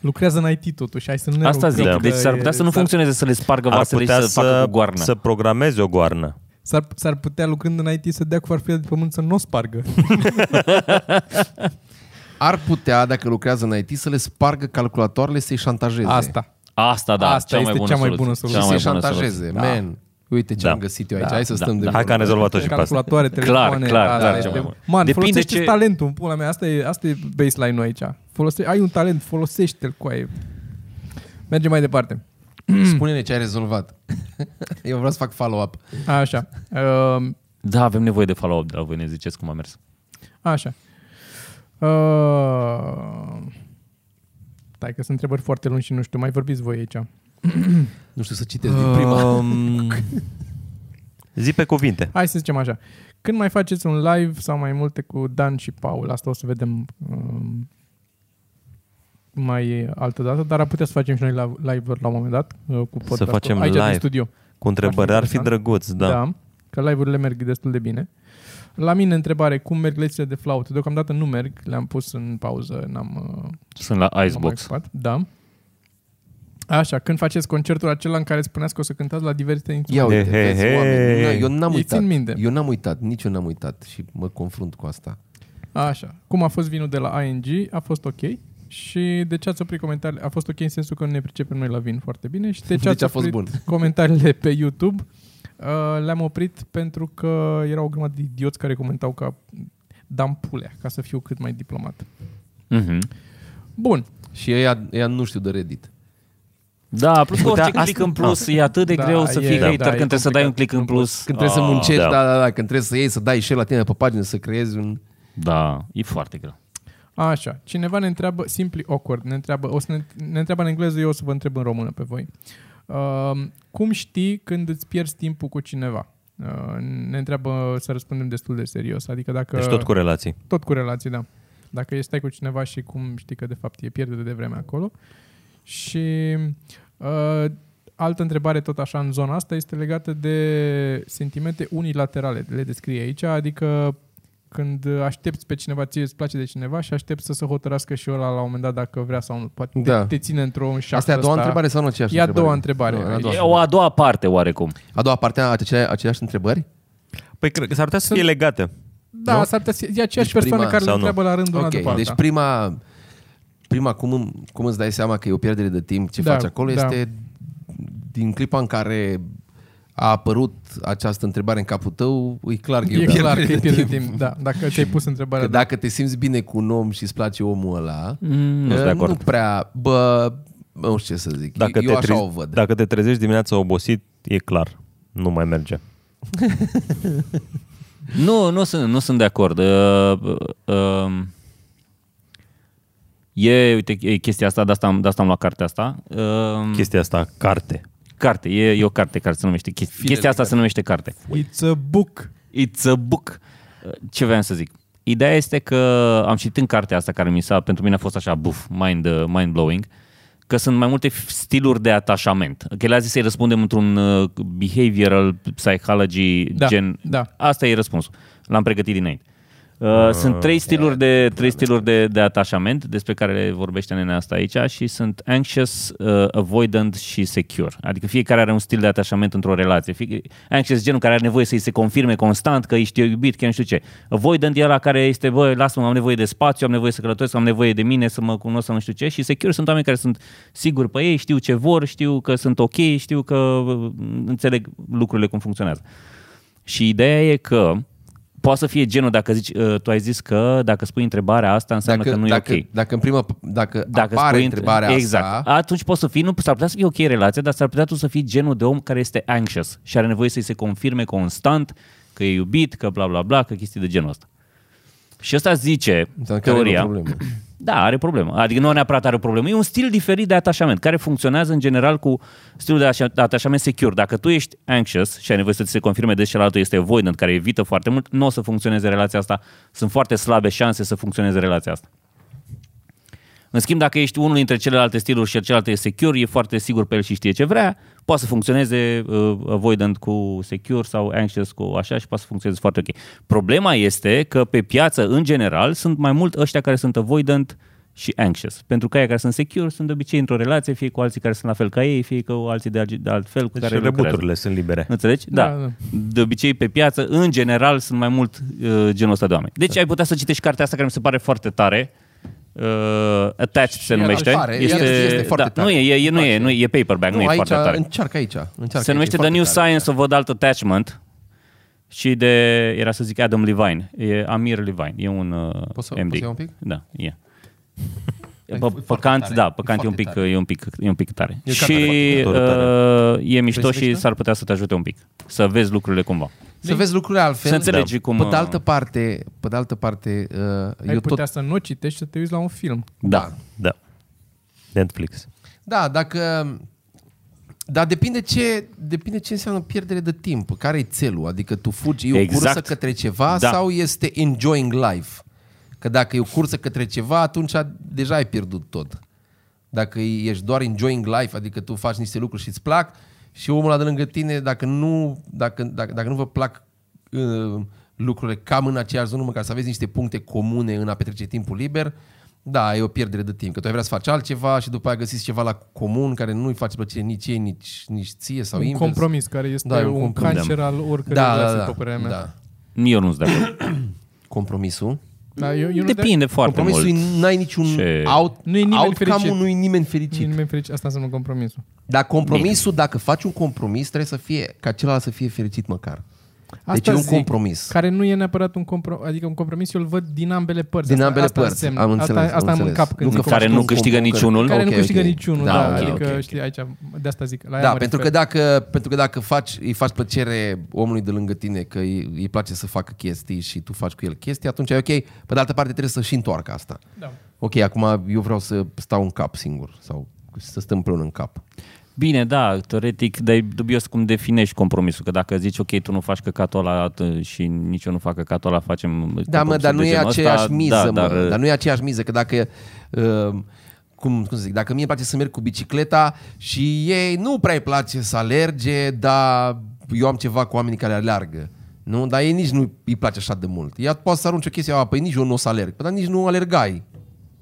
A: Lucrează în IT totuși, hai să nu ne
C: Asta
A: rugăm
C: zic,
A: că
C: deci s-ar putea
A: e-
C: să nu
A: s-ar-
C: funcționeze să le spargă
B: Ar
C: vasele și
B: putea
C: să, facă
B: să,
C: cu goarnă.
B: să programeze o goarnă.
A: S-ar, s-ar putea lucrând în IT să dea cu farfuria de pământ să nu o spargă.
D: Ar putea, dacă lucrează în IT, să le spargă calculatoarele, să-i șantajeze.
A: Asta.
C: Asta, da,
A: Asta
C: cea mai
A: este
C: bună
A: cea mai
C: soluție.
A: bună soluție.
C: Cea
D: Să-i
C: mai bună
D: șantajeze.
C: soluție.
D: Man, uite ce
B: Da.
D: am găsit eu aici.
B: Da.
D: Hai să stăm de
B: Da. Hai că
D: vorbă.
B: am rezolvat-o și pe asta.
A: Calculatoare,
C: Clar,
A: telefoane,
C: clar,
A: alea,
C: clar,
A: alea.
C: cea mai bună.
A: Man,
C: Depinde
A: folosește
C: ce-
A: talentul, pula mea, asta e, asta e baseline-ul aici. Folosește, ai un talent, folosește-l cu aia. Mergem mai departe.
D: Spune-ne ce ai rezolvat. eu vreau să fac follow-up.
A: Așa. Um,
C: Da, avem nevoie de follow-up de la voi, ne ziceți cum a mers.
A: Așa. Uh... Stai că sunt întrebări foarte lungi și nu știu, mai vorbiți voi aici.
D: Nu știu să citesc din prima.
B: Um, zi pe cuvinte.
A: Hai să zicem așa. Când mai faceți un live sau mai multe cu Dan și Paul? Asta o să vedem um, mai altă dată, dar ar putea să facem și noi la- live-uri la un moment dat uh, cu podcast
B: facem
A: aici din
B: live.
A: studio.
B: Cu întrebări
A: Ar
B: ar
A: fi
B: fi drăguț, da. da.
A: Că live-urile merg destul de bine. La mine întrebare, cum merg lecțiile de flaută? Deocamdată nu merg, le-am pus în pauză, n-am uh,
C: Sunt la
A: M-am mai
C: Icebox.
A: ocupat, Da. Așa, când faceți concertul acela în care spuneați că o să cântați la diverse
D: Ia
A: instrumente.
D: uite,
B: He, he,
D: vezi,
B: he.
D: oameni. Na, Eu n-am
A: Ei
D: uitat.
A: țin minte.
D: Eu n-am uitat. Nici eu n-am uitat. Și mă confrunt cu asta.
A: Așa. Cum a fost vinul de la ING? A fost ok. Și de ce ați oprit comentariile? A fost ok în sensul că nu ne pricepem noi la vin foarte bine. Și de ce ați
D: Deci a fost
A: oprit
D: bun.
A: comentariile pe YouTube? Uh, le-am oprit pentru că erau o grămadă de idioți care comentau ca dam pulea, ca să fiu cât mai diplomat.
C: Mhm.
A: Bun.
D: Și ea, ea nu știu de Reddit.
C: Da, plus că
B: Putea-
C: orice click
B: asta-
C: în plus e atât de
A: Da,
C: greu să
A: e-
C: fii
A: da,
C: hater
A: da, e
C: când trebuie să dai
A: complicat.
C: un click în plus.
D: Când trebuie
C: Ah,
D: să muncești,
B: da.
D: da. da, da, da, când trebuie să iei, să dai și la tine pe pagină, să creezi un...
C: Da, e foarte greu.
A: Așa, cineva ne întreabă, simply awkward, ne întreabă, o să ne, ne întreabă în engleză, eu o să vă întreb în română pe voi. Uh, cum știi când îți pierzi timpul cu cineva? Uh, ne întreabă să răspundem destul de serios, adică dacă...
B: Deci tot cu relații.
A: tot cu relații, da. Dacă stai cu cineva și cum știi că de fapt e pierdere de vreme acolo. Și uh, altă întrebare tot așa în zona asta este legată de sentimente unilaterale, le descrie aici, adică când aștepți pe cineva, ție îți place de cineva și aștepți să se hotărască și ăla la un moment dat dacă vrea sau nu. Poate da.
D: Da.
A: te, te ține într-o înșacă
D: Asta e a doua întrebare sau nu aceeași
A: E a doua întrebare.
D: Nu, a doua.
C: E o a doua parte oarecum.
D: A doua parte a aceleași, aceleași întrebări?
B: Păi cred că s-ar putea să fie legate.
A: Da,
D: Nu?
A: s-ar putea să- e
D: Deci
A: aceeași persoană
D: prima
A: care le
B: sau nu?
A: întreabă la rândul una
D: ok,
A: după alta.
D: deci prima, prima cum, îmi- cum îți dai seama că e o pierdere de timp ce
A: Da,
D: da, faci acolo
A: da.
D: da. este din clipa în care a apărut această întrebare în capul tău, e clar că e,
A: E
D: o
A: clar că e
D: pierdere
A: pierdere de timp. Da, dacă ți-ai pus întrebarea. da.
D: Că dacă te simți bine cu un om și îți place omul ăla,
C: Mm,
B: sunt de
D: eh,
B: acord.
D: nu prea, bă, bă, nu știu ce să zic.
B: Dacă
D: eu
B: te
D: așa
B: trezi,
D: o văd.
B: Dacă te trezești dimineața obosit, e clar. Nu mai merge.
C: Nu, nu sunt, nu sunt de acord. Uh, uh, um, e, uite, e chestia asta, de asta am, de asta am luat cartea asta. Uh,
B: Chestia asta, carte.
C: carte, e, e o carte care se numește, chesti- chestia asta se numește carte.
A: It's a book.
C: It's a book. Ce vreau să zic? Ideea este că am citit în cartea asta care mi s-a, pentru mine a fost așa, buf, mind, mind blowing, că sunt mai multe f- stiluri de atașament. Că le-a zis să-i răspundem într-un uh, behavioral psychology
A: Da,
C: gen.
A: da.
C: Asta e răspunsul. L-am pregătit dinainte. Uh, sunt trei stiluri, de, trei stiluri de, de atașament despre care le vorbește nenea asta aici și sunt anxious, uh, avoidant și secure. Adică fiecare are un stil de atașament într-o relație. Fie, anxious genul care are nevoie să-i se confirme constant că ești iubit, că nu știu ce. Avoidant e ăla care este, băi, lasă-mă, am nevoie de spațiu, am nevoie să călătoresc, am nevoie de mine, să mă cunosc, să nu știu ce. Și secure sunt oameni care sunt siguri pe ei, știu ce vor, știu că sunt ok, știu că uh, înțeleg lucrurile cum funcționează. Și ideea e că poate să fie genul, dacă zici, uh, tu ai zis că dacă spui întrebarea asta înseamnă
D: dacă,
C: că nu
D: dacă,
C: e ok.
D: dacă în prima, dacă,
C: Dacă
D: dacă apare
C: spui
D: întrebarea
C: exact.
D: asta,
C: Atunci poți să fii, nu s-ar putea să fie ok relația, dar s-ar putea tu să fii genul de om care este anxious și are nevoie să-i se confirme constant că e iubit, că bla bla bla, că chestii de genul ăsta. Și ăsta zice,
D: înseamnă că are o
C: teoria,
D: problemă.
C: da, are problemă. Adică nu neapărat are o problemă. E un stil diferit de atașament, care funcționează în general cu stilul de așa- de atașament secure. Dacă tu ești anxious și ai nevoie să ți se confirme de celălalt este avoidant, care evită foarte mult, nu o să funcționeze relația asta. Sunt foarte slabe șanse să funcționeze relația asta. În schimb, dacă ești unul dintre celelalte stiluri și celălalt e secure, e foarte sigur pe el și știe ce vrea, poate să funcționeze uh, avoidant cu secure sau anxious cu așa și poate să funcționeze foarte ok. Problema este că pe piață, în general, sunt mai mult ăștia care sunt avoidant și anxious. Pentru că aia care sunt secure sunt de obicei într-o relație, fie cu alții care sunt la fel ca ei, fie cu alții de, alge- de altfel cu
B: Deci
C: care lucrează.
B: rebuturile sunt libere.
C: Înțelegi? Da.
A: Da,
C: da.
A: da.
C: De obicei, pe piață, în general, sunt mai mult uh, genul ăsta de oameni.
D: Da.
C: Deci ai putea să citești cartea asta care mi se pare foarte tare. Uh, attached se
D: era
C: numește.
D: tare, este- este foarte
C: da,
D: tare.
C: Nu e, e, nu e, nu e, e paperback, nu, nu e
D: aici,
C: foarte tare.
D: încearcă aici. Încearcă
C: Se numește The New Science of Adult Attachment și de, era să zic Adam Levine, e Amir Levine, e un uh,
D: Poți să-
C: MD.
D: poți să iau un pic?
C: Da, e.
D: E
C: Bă,
D: foarte
C: păcant,
D: tare,
C: da,
D: e
C: păcant e un,
D: foarte
C: pic,
D: tare.
C: e, un pic, e un pic tare.
D: E
C: și
D: tare, da.
C: uh, e mișto
D: Vrei să
C: și
D: vezi tu?
C: s-ar putea să te ajute un pic, să vezi lucrurile cumva.
D: Să vezi lucrurile altfel. Da.
C: Să înțelegi cum,
D: Pe de
C: uh,
D: altă parte, pe de altă parte, uh,
A: Ai
D: eu
A: putea
D: tot...
A: tot... să nu o citești și să te uiți la un film.
C: Da.
B: Da. Netflix.
D: Da, dacă... Dar depinde ce, depinde ce înseamnă pierdere de timp. Care e țelul? Adică tu fugi, e o
C: Exact.
D: cursă către ceva
C: Da.
D: da. sau este enjoying life? Că dacă e o cursă către ceva, atunci deja ai pierdut tot. Dacă ești doar enjoying life, adică tu faci niște lucruri și îți plac și omul ăla de lângă tine, dacă nu, dacă, dacă, dacă nu vă plac uh, lucrurile cam în aceeași zonă, măcar să aveți niște puncte comune în a petrece timpul liber, da, e o pierdere de timp. Că tu ai vrea să faci altceva și după aia găsiți ceva la comun care nu-i face plăcere nici ei, nici, nici ție sau
A: Sau un
D: invers.
A: compromis care este
D: Da, e
A: da,
D: un
A: un, un
D: compromis.
A: cancer al oricărei
D: Da,
A: relații,
D: da,
A: pe
D: da,
A: părerea mea.
D: da.
C: Eu nu sunt de acord.
D: Compromisul.
A: da eu, eu nu de-
C: Depinde foarte
D: Compromisul
C: mult.
D: e- n-ai niciun
C: Ce-
D: out,
A: Nu e nimeni
D: outcome
A: fericit.
D: nu e nimeni fericit.
A: Nimeni fericit, asta înseamnă compromisul.
D: Dar compromisul, dacă faci un compromis, trebuie să fie, ca celălalt să fie fericit măcar. Asta deci e un
A: zic,
D: compromis.
A: Care nu e neapărat un compromis, adică un compromis eu îl văd din ambele părți.
D: Din
A: Asta-
D: ambele
A: asta
D: părți.
A: înseamnă.
D: Am înțeles.
A: Asta, asta
D: am
A: am în
D: înțeles.
A: cap când
D: că
A: zic
D: faci
C: Care
D: un
C: nu
D: comprom-
C: câștigă
D: care-
C: niciunul.
A: care nu
D: Ok,
A: câștigă
D: ok.
A: niciunul, da,
D: ok,
A: adică
D: ok, ok.
A: știi aici, de asta zic, la ea
D: Da,
A: mă
D: pentru că,
A: refer.
D: dacă, pentru că dacă faci, îi faci plăcere omului de lângă tine că îi, îi place să facă chestii și tu faci cu el chestii, atunci e ok. Pe de altă parte trebuie să și întoarcă asta.
A: Da.
D: Ok, acum eu vreau să stau în cap singur sau să stăm împreună în cap.
C: Bine, da, teoretic, dar e dubios cum definești compromisul, că dacă zici, ok, tu nu faci căcatul ăla t- și nici eu nu fac căcatul ăla, facem...
D: Da, mă, dar nu
C: de
D: e
C: genul ăsta,
D: aceeași miză,
C: da,
D: mă.
C: Dar,
D: Dar nu e aceeași miză, că dacă... Uh, cum, cum să zic, dacă mie îmi place să merg cu bicicleta și ei nu prea îi place să alerge, dar eu am ceva cu oamenii care alergă. Nu? Dar ei nici nu îi place așa de mult. Ea poate să arunce o chestie, a, păi nici eu nu o să alerg. Păi dar nici nu alergai.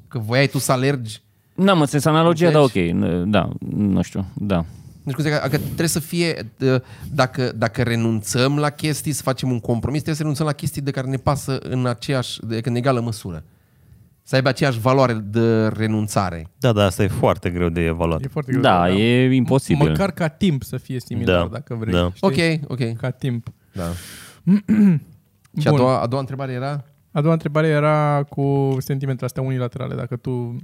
D: Că voiai tu să alergi.
C: N-am înțeles analogia, dar ok,
D: Deci-
C: n- da, nu știu, da.
D: Deci, cum zic, că trebuie să fie, uh, dacă, dacă renunțăm la chestii, să facem un compromis, trebuie să renunțăm la chestii de care ne pasă în aceeași, de, în egală măsură. Să aibă aceeași valoare de renunțare.
B: Da, da, asta e foarte greu de evaluat.
A: E foarte greu.
C: Da, e imposibil.
A: Măcar ca timp să fie similar,
B: Da,
A: dacă vrei.
B: da.
A: știi?
D: Ok, ok.
A: Ca timp.
D: Da. Și a
A: Bun.
D: doua, a doua întrebare era?
A: A doua întrebare era cu sentimentele astea unilaterale. Dacă tu,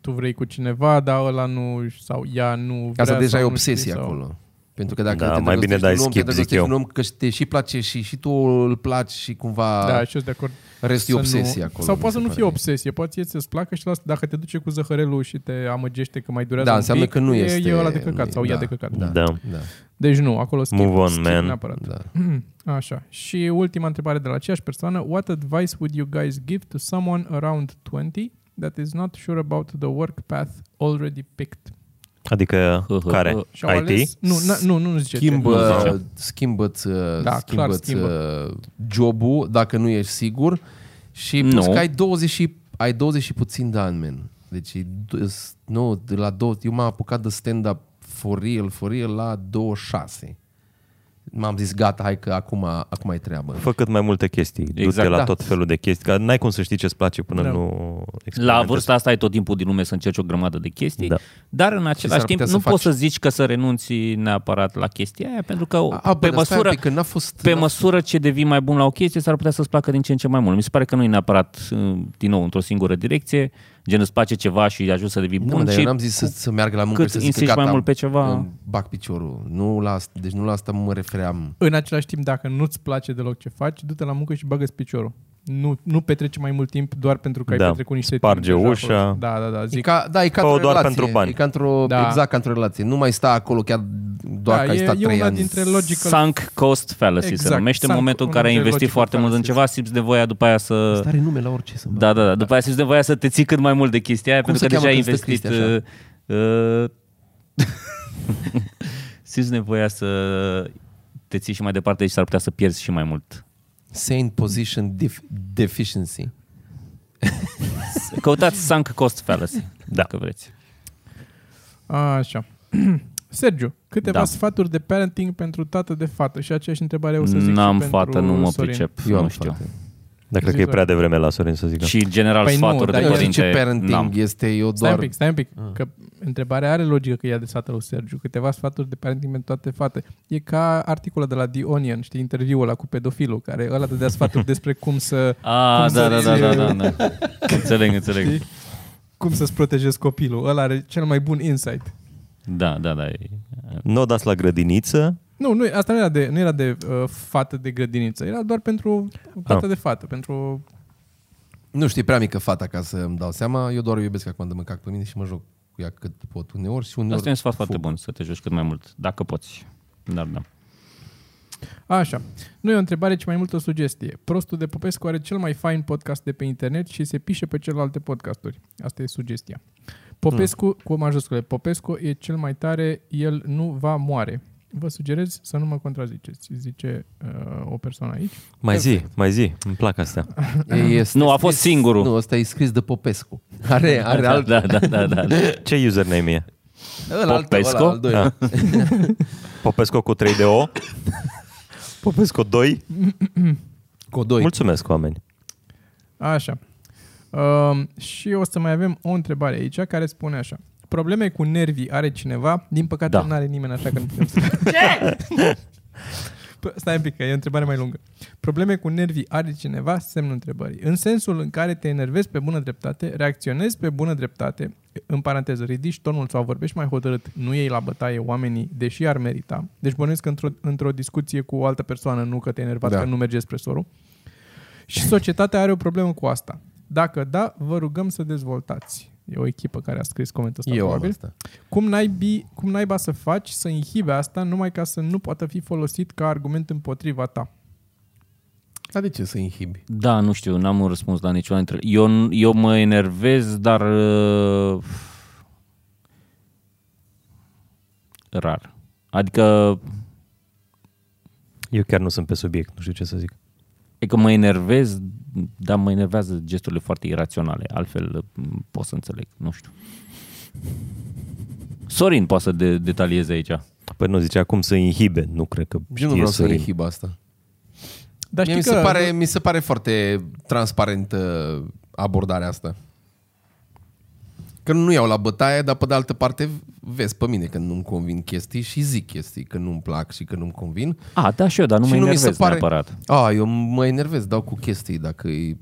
A: tu vrei cu cineva, dar ăla nu, sau ea nu vrea.
D: Asta deja
A: sau
D: e
A: nu știi,
D: obsesie
A: sau-
D: acolo. Pentru că dacă
B: Da,
D: te
B: mai
D: dragostești
B: bine dai
D: de un om,
B: skip,
D: te dragostești
B: zic
D: de Un om că te și place și, și tu îl placi și cumva...
A: Da, și eu sunt de acord.
D: Restul e
A: să
D: obsesie
A: nu...
D: acolo,
A: Sau
D: mi
A: poate
D: se
A: să nu
D: pare
A: fie
D: mie.
A: obsesie, poate ție ți-e să-ți placă și la asta, dacă te duce cu zăhărelul și te amăgește că mai durează
D: da
A: un
D: înseamnă
A: pic,
D: că nu
A: e,
D: este...
A: E ăla de căcat
D: nu-
A: sau ea
D: da,
A: de căcat.
D: Da,
B: Da.
D: da.
A: Deci nu, acolo skip,
B: Move on,
A: skip
B: man.
A: neapărat.
D: da.
A: Așa. Și ultima întrebare de la aceeași persoană. What advice would you guys give to someone around 20 that is not sure about the work path already picked?
B: Adică
C: Hă, hă,
B: care?
C: hă.
A: Și-au ales...
B: IT?
A: Nu, na- nu, nu, nu zice.
D: Schimbă,
A: Nu zice.
D: schimbă-ți,
A: clar,
D: da, schimbă-ți
A: schimbă.
D: schimbă. jobul dacă nu ești sigur și plus
C: Nu.
D: că ai 20 și, ai 20 și puțin de ani, man. Deci, e d- s- nu, de la 20, eu m-am apucat de stand-up for real, for real la 26. M-am zis, gata, hai că acum, acum ai treabă.
B: Fă cât mai multe chestii. Exact,
C: Exact,
B: Du-te la
D: da.
B: tot felul de chestii. Că n-ai cum să știi ce-ți place până
A: Da.
B: nu
C: La
B: experimentezi.
C: vârsta asta ai tot timpul din lume să încerci o grămadă de chestii,
B: Da.
C: da. dar în același
D: s-ar
C: timp
D: putea să
C: nu
D: faci.
C: poți să zici că să renunți neapărat la chestia aia, pentru că
D: A,
C: a, pe,
D: bă, dar stai un
C: măsură,
D: pic, că n-a fost-
C: pe
D: n-a-
C: măsură ce devii mai bun la o chestie, s-ar putea să-ți placă din ce în ce mai mult. Mi se pare că nu e neapărat, uh, din nou, într-o singură direcție, gen îți place ceva și ajungi să devii
D: Nu,
C: bun,
D: Da, dar
C: ci
D: eu n-am zis să, să meargă la muncă
C: cât
D: și să zică,
C: insisti
D: gata,
C: mai mult pe ceva-
D: îmi bag piciorul. Nu la, asta- deci nu la asta mă refeream.
A: În același timp, dacă nu-ți place deloc ce faci, du-te la muncă și bagă-ți piciorul. Nu, nu petrece mai mult timp doar pentru că ai
B: Da.
A: petrecut niște
B: Sparge
A: timp deja
B: ușa.
A: acolo. Da, da, da.
D: E
A: Zic,
D: ca, da, e ca
B: Fă-o
D: într-o
B: doar
D: relație,
B: pentru bani.
D: E ca într-o,
A: Da.
D: da. Exact ca într-o relație. Nu mai sta acolo chiar doar
A: da,
D: că ai
A: e,
D: stat
A: e
D: 3
A: una
D: ani.
A: dintre logical
C: sunk cost fallacy se
A: Exact,
C: numește, în
A: sunk-
C: momentul în
A: un
C: care ai
A: fel
C: investit
A: logical
C: foarte mult în
A: fallacy.
C: ceva, simți nevoia dasta. după aia să...
D: Are nume la orice să
C: Da, da, da. După aia simți nevoia să te ții cât mai mult de chestia aia,
D: Cum
C: pentru că
D: se
C: deja ai
D: cheamă când
C: investit...
D: stă
C: uh, uh, simți nevoia să te ții și mai departe și s-ar putea să pierzi și mai mult. Păi,
D: Sane position def- deficiency.
C: Căutați, căutați sunk cost
D: Da.
C: fallacy, dacă vreți.
A: Așa. Sergiu, câteva
C: Da.
A: da. sfaturi de parenting pentru tată de fată și aceeași întrebare eu să zic
C: N-am
A: și
C: fată,
A: pentru
C: nu mă
A: Sorin.
C: pricep,
D: Eu
C: nu
D: am
C: știu.
D: fată. da.
B: Dar cred că e
D: Exact.
B: prea devreme la Sorin să zică.
C: Și general
A: Păi nu,
C: sfaturi
A: dar
C: de
A: eu
D: Eu zic
C: părinte,
D: ce parenting
C: n-am.
D: este, eu
A: Stai un
D: doar...
A: pic, stai un pic, că întrebarea are logică că e adresată lui Sergiu. Câteva sfaturi de parenting pentru toate fate. E ca articolul de la The Onion, știi, interviul ăla cu pedofilul, care ăla dădea sfaturi despre cum să,
C: A,
A: Cum
C: da, da,
A: să
C: da,
A: zic?
C: da, da, da. Înțeleg, înțeleg.
A: știi, cum să-ți protejezi copilul. Ăla are cel mai bun insight.
C: Da, da, da. e-
B: Nu o dați la grădiniță,
A: Nu, nu, asta nu era de, nu era de uh, fată de grădiniță, era doar pentru tată
B: Ah.
A: de fată, pentru...
D: Nu știi, prea mică fata ca să îmi dau seama. Eu doar o iubesc acum de mă cac pe mine și mă joc cu ea cât pot uneori și uneori...
C: Asta e un sfat foarte
D: fug.
C: bun, să te joci cât mai mult, dacă poți. Dar da.
A: Așa. Nu e o întrebare, ci mai mult o sugestie. Prostul de Popescu are cel mai fain podcast de pe internet și se pișe pe celelalte podcasturi. Asta e sugestia. Popescu, mm. cu majuscule, Popescu e cel mai tare, el nu va moare. Vă sugerez să nu mă contraziceți, zice uh, o persoană aici.
B: mai zi, mai zi, îmi plac astea.
D: E- Este
C: Nu, a fost
D: scris-
C: singurul.
D: Nu, ăsta e scris de Popescu. Are, are
C: Da,
D: alt...
C: da, da, da, da.
B: Ce username e?
D: ăla altul,
C: Popescu? Da.
D: ăla al doilea.
B: Popesco cu 3 de O. Popesco 2.
D: Codoi.
B: Mulțumesc, oameni.
A: Așa. Um, și o să mai avem o întrebare aici care spune așa. Probleme cu nervii are cineva? Din păcate
B: Da.
A: da. nu are nimeni, așa că nu putem să... Ce? Stai un pic, că e o întrebare mai lungă. Probleme cu nervii are cineva? Semnul întrebării. În sensul în care te enervezi pe bună dreptate, reacționezi pe bună dreptate, în paranteză, ridici tonul sau vorbești mai hotărât, nu iei la bătaie oamenii, deși ar merita. Deci bănuiesc că într-o, într-o discuție cu o altă persoană, nu că te-ai enervat,
D: Da.
A: da. că nu merge spre sorul. Și societatea are o problemă cu asta. Dacă da, vă rugăm să dezvoltați. E o echipă care a scris comentul ăsta,
D: Eu am
A: probabil.
D: asta.
A: Cum, naibii, cum naiba să faci să inhibe asta numai ca să nu poată fi folosit ca argument împotriva ta?
D: Dar de ce să inhibi?
C: Da, nu știu, n-am un răspuns la niciuna dintre eu, eu mă enervez, dar uh, rar. Adică,
B: Eu chiar nu sunt pe subiect, nu știu ce să zic.
C: adică mă enervez, dar mă enervează gesturile foarte iraționale, altfel m, pot să înțeleg, nu știu. Sorin poate să de- detalieze aici.
B: Păi nu, zicea cum să inhibe, nu cred că
D: Eu
B: știe
D: nu vreau să
B: Sorin.
D: inhib asta.
A: Dar
D: Mie
A: știi
D: mi, se
A: că
D: pare, mi se pare foarte transparentă abordarea asta. Că nu iau la bătaie, dar pe de altă parte vezi pe mine că nu-mi convin chestii și zic chestii că nu-mi plac și că nu-mi convin.
C: A, da, și eu, dar nu
D: și
C: mă
D: nu mi
C: enervez
D: se pare...
C: neapărat.
D: A, eu mă enervez, dau cu chestii. Dacă, e-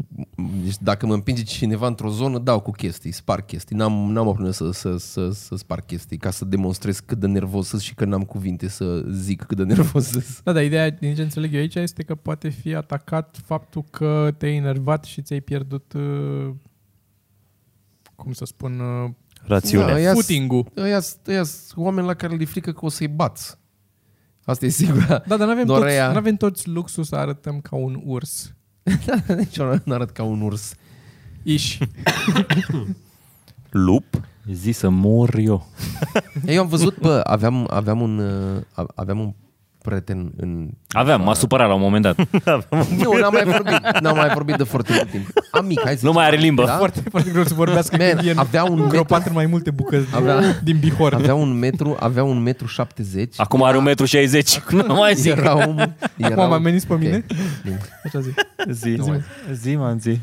D: deci dacă mă împinge cineva într-o zonă, dau cu chestii, spar chestii. N-am, n-am o problemă să, să, să, să spar chestii ca să demonstrez cât de nervos sunt și că n-am cuvinte să zic cât de nervos sunt.
A: Da, da, ideea din ce înțeleg eu aici este că poate fi atacat faptul că te-ai enervat și ți-ai pierdut, uh, cum să spun, uh,
B: Rațiune.
D: Da,
B: Da,
D: ia- Ăia-s-
A: footing-ul.
D: Ăia sunt oameni la care le frică că o să-i bați. Asta e sigură.
A: Da, dar nu avem
D: Doar
A: toți,
D: ea.
A: n-avem toți luxul să arătăm ca un urs.
D: Nici eu nu arăt ca un urs.
A: Iși.
B: Lup.
C: Zi să mor eu.
D: Eu am văzut, bă, aveam, aveam, un, uh, aveam un prieten în
C: Aveam, m-a supărat la un moment dat.
D: Nu, n-am mai vorbit. N-am mai vorbit de foarte mult timp. Amic, hai să
C: Nu mai are limbă.
D: Da?
A: Foarte, foarte greu să vorbească
D: Man,
A: când e
D: avea un
A: îngropat în mai multe bucăți
D: Avea-
A: avea, din Bihor.
D: Avea un metru, avea un metru 70.
C: Acum are 1,60 m. Nu mai zic.
D: Era om... Era
A: Acum m-am amenit pe mine?
D: Bine.
A: Așa zic.
C: Zi, zi, zi, man, zi.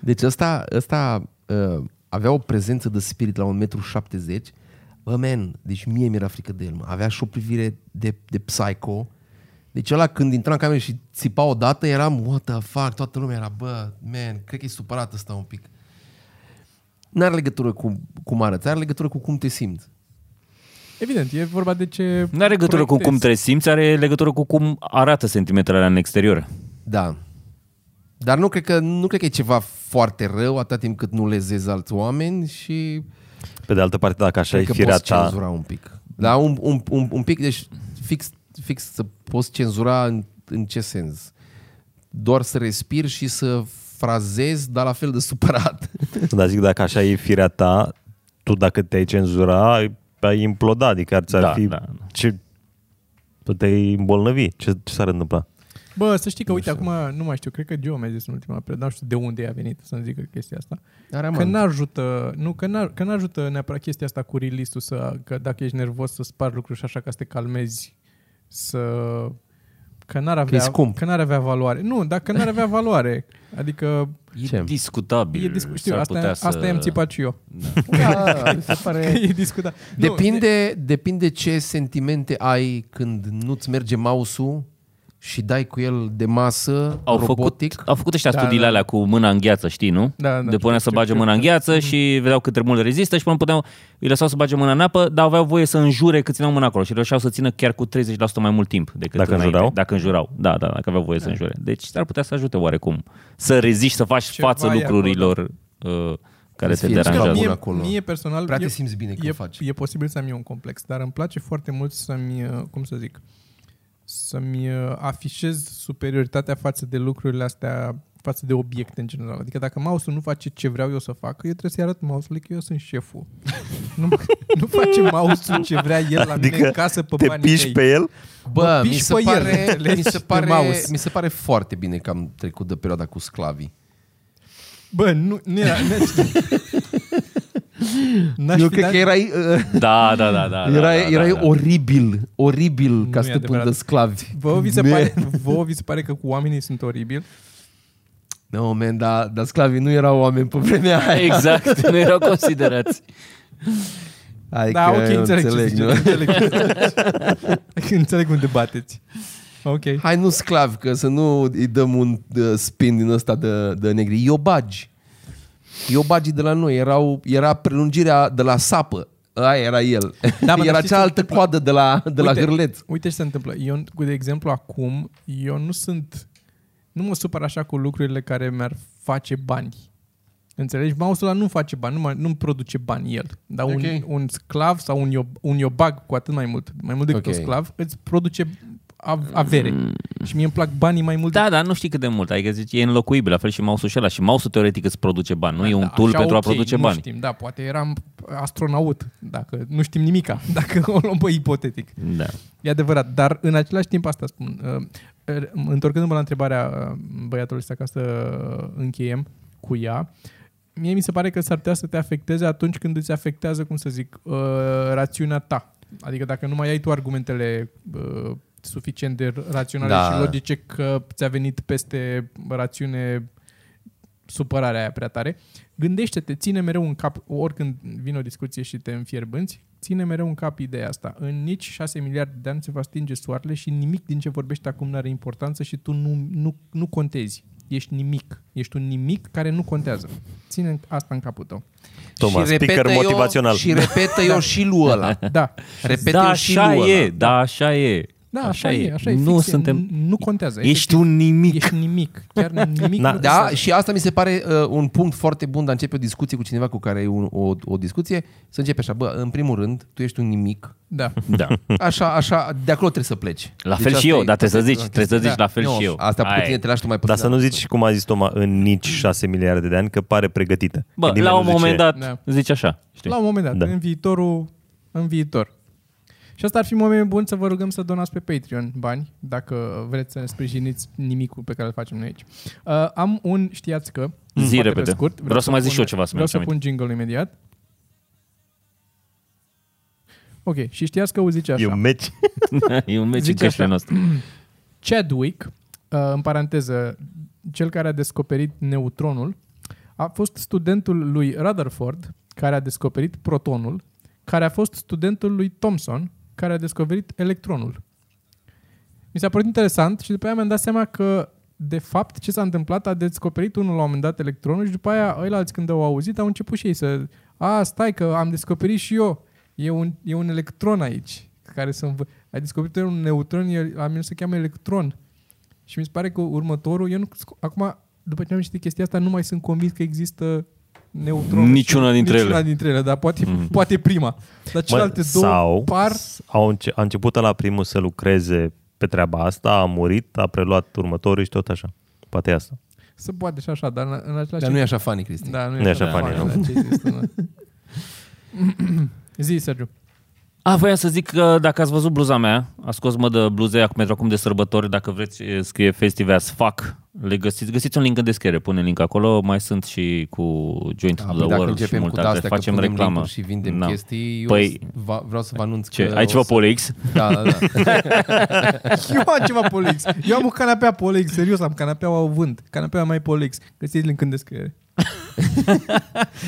D: Deci ăsta, ăsta uh, avea o prezență de spirit la un metru 70. Bă, man, deci mie mi-era frică de el, mă. Avea și o privire de, de psycho. Deci ăla când intra în cameră și țipa odată, eram, what the fuck, toată lumea era, bă, man, cred că e supărat ăsta un pic. N-are legătură cu cum arăți, are legătură cu cum te simți.
A: Evident, e vorba de ce
C: Nu are legătură cu cum te simți, are legătură cu cum arată sentimentele alea în exterior.
D: Da. Dar nu cred, că, nu cred că e ceva foarte rău atâta timp cât nu lezezi alți oameni și
B: Pe de altă parte, dacă așa
D: cred
B: e
D: că
B: firea
D: poți
B: ta,
D: cenzura un pic. Da, un, un, un, un pic, deci fix, fix să poți cenzura în, în ce sens? Doar să respiri și să frazezi, dar la fel de supărat.
B: Dar zic, dacă așa e firea ta, tu dacă te-ai cenzura, ai- ai imploda, adică ar ți-ar
C: Da,
B: fi...
C: da.
B: Ce... Tu te-ai îmbolnăvi. Ce, ce s-ar întâmpla?
A: Bă, să știi că, uite, acum, nu mai știu, cred că Gio mi-a zis în ultima perioadă, nu știu de unde i-a venit să-mi zică chestia asta.
D: Are
A: Că
D: amant.
A: n-ajută, nu, că, n-ar, că n-ajută neapărat chestia asta cu release-ul, să, că dacă ești nervos să spari lucruri și așa ca să te calmezi, să... Că n-ar
D: Că e
A: avea,
D: scump.
A: că n-ar avea valoare. Nu, dacă n-ar avea valoare. Adică
C: E
D: Ce?
C: discutabil.
A: e discu- știu,
C: S-ar
A: asta,
C: putea
A: să... asta i-am țipat și eu.
D: Da, mi se
A: Că
D: pare...
A: e discutat. Nu,
D: Depinde, depinde ce sentimente ai când nu-ți merge mouse-ul și dai cu el de masă,
C: Au
D: robotic.
C: făcut, au făcut ăștia
A: Da,
C: da, studiile
A: da.
C: da. alea cu mâna în gheață, știi, nu?
A: Da, da,
C: de punea
A: știu,
C: să
A: știu,
C: bage
A: știu,
C: mâna în
A: știu. Mhm.
C: gheață și vedeau cât de mult rezistă și până puteau, îi lăsau să bage mâna în apă, dar aveau voie să înjure cât țineau mâna acolo și reușeau să țină chiar cu 30% mai mult timp decât
B: Dacă
C: înainte,
B: înjurau?
C: Dacă înjurau, da, da, dacă aveau voie da. să înjure. Deci ar putea să ajute oarecum să reziști, să faci
A: Ceva
C: față
A: e
C: lucrurilor uh, care
D: Să
C: te
D: fie ceva
A: știu că
C: deranjează.
D: bun.
A: Adică mie,
D: acolo.
A: mie personal...
D: Prea te
A: eu-
D: simți bine când
A: e,
D: faci.
A: E posibil să am eu un complex, dar îmi place foarte mult să-mi, uh, cum să zic, să-mi uh, afișez superioritatea față de lucrurile astea, față de obiecte în general. Adică dacă mouse-ul nu face ce vreau eu să facă, eu trebuie să-i arăt mouse-ului că eu sunt șeful. nu, nu face mouse-ul ce vrea el la mine în
B: Adică
A: casă pe
B: te
A: banii
B: piși
A: mei.
B: pe el?
C: Păi
A: Mă
D: Bă, mi
A: piși
D: se,
A: pe el,
D: pare,
A: înțelegi?
D: mi, se
A: Pe
D: pare,
A: mouse.
D: mi se pare foarte bine că am trecut de perioada cu sclavii.
A: Bă, nu, nu era... Nu, N-aș
D: Eu
A: fi
D: cred
A: dat-
D: că erai, uh,
C: Da, da, da, da. da,
D: erai,
C: da,
D: erai
C: da, da.
D: oribil, oribil
A: Nu
D: ca
A: e
D: stăpân de
A: adevărat.
D: sclavi.
A: Vouă vi, se
D: Ne-
A: pare, vouă vi se pare că cu oamenii sunt oribili?
D: No, man, dar da, sclavii nu erau oameni pe vremea aia.
C: Exact, nu erau considerați.
D: Hai
A: da,
D: că
A: ok,
D: eu
A: înțeleg, înțeleg,
D: Adică înțeleg
A: ce
D: nu?
A: ziceți, înțeleg, ce ziceți. înțeleg unde bateți. Ok.
D: Hai nu sclav, că să nu îi dăm un uh, spin din ăsta de, de negri. Iobagi. Iobagii de la noi erau, era prelungirea de la sapă. Aia era el.
A: Da,
D: Da,
A: mă, dar
D: era
A: știi ce
D: cealaltă coadă de la, de la
A: Uite,
D: gârleț.
A: Uite ce se întâmplă. Eu, cu de exemplu, acum, eu nu sunt... Nu mă supăr așa cu lucrurile care mi-ar face bani. Înțelegi? Mouse-ul ăla nu face bani, nu mă- nu-mi produce bani el. Dar un,
D: Ok.
A: un sclav sau un, iob, un iobag, cu atât mai mult, mai mult decât
D: Ok. Mm.
A: un sclav, îți produce av- avere. Și mie îmi plac banii mai mult
C: Da, dar nu știi cât de mult. Adică zici, e înlocuibil, la fel și mouse-ul și ăla. Și mouse-ul teoretic îți produce bani, nu e un
A: Da,
C: tool
A: așa,
C: pentru
A: ok,
C: a produce
A: nu
C: bani.
A: Știm, da, poate eram astronaut, dacă nu știm nimica, dacă o luăm pe ipotetic.
C: Da.
A: E adevărat, dar în același timp asta spun. uh, r- Întorcându-mă la întrebarea uh, băiatului ăsta ca să încheiem cu ea, mie mi se pare că s-ar putea să te afecteze atunci când îți afectează, cum să zic, uh, rațiunea ta. Adică dacă nu mai ai tu argumentele uh, suficient de raționale
D: Da.
A: da. și logice că ți-a venit peste rațiune supărarea aia prea tare, gândește-te, ține mereu în cap, oricând vine o discuție și te înfierbânți, ține mereu în cap ideea asta. În nici 6 miliarde de ani se va stinge soarele și nimic din ce vorbești acum nu are importanță și tu nu, nu, nu contezi. Ești nimic. Ești un nimic care nu contează. Ține asta în capul tău.
B: Toma,
D: Și repetă
B: speaker
D: eu-
B: motivațional.
D: Și repetă eu și lui ăla.
A: Da.
D: Repetă
C: da,
D: eu și
C: așa
D: lui
C: e,
D: ăla.
C: da, așa e.
A: Da, așa, așa e, așa e.
C: Nu
A: fix e,
C: suntem...
A: n- Nu contează.
C: Ești un nimic.
A: Ești nimic. Chiar nimic.
B: Na,
A: nu
D: Da,
A: contează.
D: și asta mi se pare uh, un punct foarte bun de a începe o discuție cu cineva cu care ai un, o, o discuție, să începe așa, bă, în primul rând, tu ești un nimic,
A: Da.
C: Da.
D: așa, așa, de acolo trebuie să pleci.
C: La
D: Deci
C: fel
D: asta
C: și eu,
D: e-
C: dar trebuie să zici,
D: asta e-
C: trebuie să zici
A: da.
C: la fel
D: Nu,
C: și eu.
D: Asta
C: Aia
D: pe
C: e.
D: tine te lași tu mai puțin.
B: Dar să
C: da,
B: nu zici, cum a zis Toma, în nici 6 miliarde de ani, că pare pregătită.
C: Bă,
B: Că nimeni
C: la
B: nu
C: un
B: zice-
C: moment
A: Da.
C: dat zici așa, știi?
A: La un moment dat, da.
B: Da.
A: în viitorul, în viitor. Și asta ar fi moment bun să vă rugăm să donați pe Patreon bani, dacă vreți să ne sprijiniți nimicul pe care îl facem noi aici. Uh, am un, știați că, foarte pe
C: repede. Vreau să mai zic
A: pun-
C: și eu ceva să-mi
A: Vreau
C: aduc
A: să
C: aminte.
A: pun jingle imediat. Ok, și știați că o zice așa.
B: E un meci.
C: e un meci în
A: Zici
C: creștile
A: așa.
C: noastre.
A: Chadwick, uh, în paranteză, cel care a descoperit neutronul, a fost studentul lui Rutherford, care a descoperit protonul, care a fost studentul lui Thomson, care a descoperit electronul. Mi s-a părut interesant și după aia mi-am dat seama că de fapt, ce s-a întâmplat, a descoperit unul la un moment dat electronul și după aia ăilalți când au auzit au început și ei să... A, stai că am descoperit și eu. E un, e un electron aici. Care să înv- Ai descoperit un neutron, el, la mine se cheamă electron. Și mi se pare că următorul... Eu nu, acum, după ce am citit chestia asta, nu mai sunt convins că există neutron.
C: Niciuna dintre
A: Niciuna
C: ele.
A: dintre ele, dar poate, mm. poate prima. Dar celelalte două
B: sau
A: par...
B: s- au înce- a început la primul să lucreze pe treaba asta, a murit, a preluat următorul și tot așa. Poate e asta.
A: Se poate și așa, dar în, în același
D: Dar nu e așa funny, Cristi.
A: Da, nu,
B: Nu e așa
A: foarte
B: funny,
A: da, ce există, da. Zi, Sergiu.
C: A, voiam să zic că dacă ați văzut bluza mea, a scos mă de bluze acum, pentru acum de sărbători, dacă vreți, e, scrie Festive as fuck. Le găsiți, găsiți un link în descriere, pune link acolo, mai sunt și cu Joint
D: Da,
C: to the
D: dacă
C: World și
D: începem cu
C: multe alte,
D: astea,
C: facem
D: că punem
C: reclamă.
D: link-uri și vindem
C: Na.
D: chestii, eu
C: Păi-
D: va, vreau să vă anunț
C: Ce,
D: că...
C: ai ceva
D: o să...
C: Polix?
D: Da, da, da.
A: Eu am ceva Polix. Eu am o canapea Polix, serios, am canapeaua o vând. Canapeaua mai Polix. Găsiți link în descriere.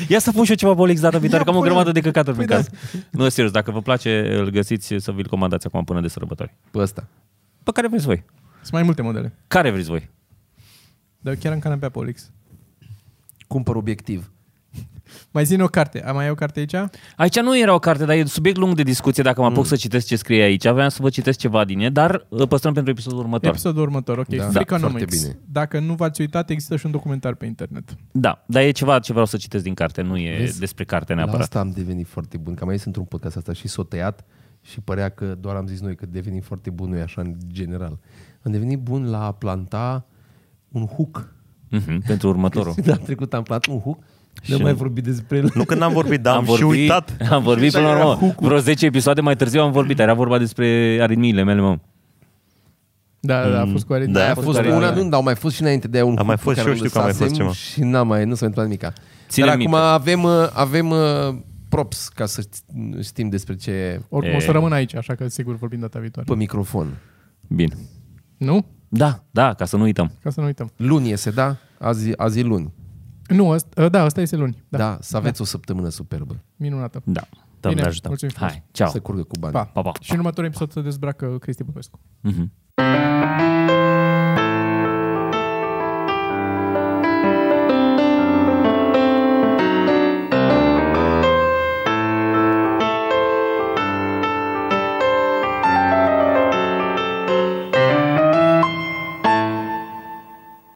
C: Ia să pun și eu ceva Polix data viitoare, că am o
A: pune-
C: grămadă de căcaturi
A: păi
C: prin
A: da.
C: casă. Nu, serios, dacă vă place, îl găsiți să vi-l comandați acum până de sărbători.
D: Pe ăsta.
C: Pe care vreți voi?
A: Sunt mai multe modele.
C: Care vreți voi?
A: Dar eu chiar am canapea Polix.
D: Cumpăr obiectiv.
A: Mai țin o carte. Am mai ai o carte aici?
C: Aici nu era o carte, dar e subiect lung de discuție dacă mă apuc mm. să citesc ce scrie aici. Aveam să vă citesc ceva din ea, dar uh, păstrăm pentru episodul următor.
A: Episodul următor, ok.
D: Da.
A: Da,
D: Da,
A: Freakonomics.
D: foarte
A: Da,
D: bine.
A: Dacă nu v-ați uitat, există și un documentar pe internet.
C: Da, dar e ceva ce vreau să citesc din carte, nu e Vezi?
D: Vezi?
C: despre carte
D: La
C: neapărat.
D: asta am devenit foarte bun, că am ieșit într-un podcast asta și s-o tăiat și părea că doar am zis noi că devenim foarte bun noi așa în general. Am devenit bun la a planta un hook.
C: Mm-hmm, pentru următorul.
D: Da, trecut am plantat un hook, nu
B: Oh. Și-
D: mai vorbit despre el.
B: Nu că n-am vorbit, dar am, și uitat.
C: Am vorbit până la urmă. Vreo 10 episoade mai târziu am vorbit. Era vorba despre aritmiile mele, mă.
A: Da, da, a fost cu
B: Da,
A: Aritmia.
D: Da, a fost
A: cu
D: una, nu, dar au mai fost și înainte de aia un
B: A mai
D: hook pe
B: fost și
D: care
B: eu
D: îl
B: știu că am mai fost
D: lăsasem
B: ceva.
D: Și n-am mai, nu s-a întâmplat nimica.
C: Ține
D: Dar
C: minte.
D: acum avem, uh, avem uh, props ca să știm despre ce
A: Oricum
C: E.
A: o să rămân aici, așa că sigur vorbim data viitoare.
D: pe microfon.
C: Bine.
A: Nu?
C: Da, da, ca să nu uităm.
A: Ca să nu uităm.
D: Luni este, da? Azi, azi e luni.
A: Nu, ăsta, da, asta este luni.
D: Da,
A: Da,
D: da să aveți da. o săptămână superbă.
A: minunată.
C: Da.
B: Doamne ajută.
A: mulțumim frumos.
C: Hai, ceau.
D: Da. Să curgă cu bani.
A: Pa.
C: Pa, Mhm. pa.
A: Și în următorul episod să dezbracă Cristi Popescu.
C: Mm-hmm.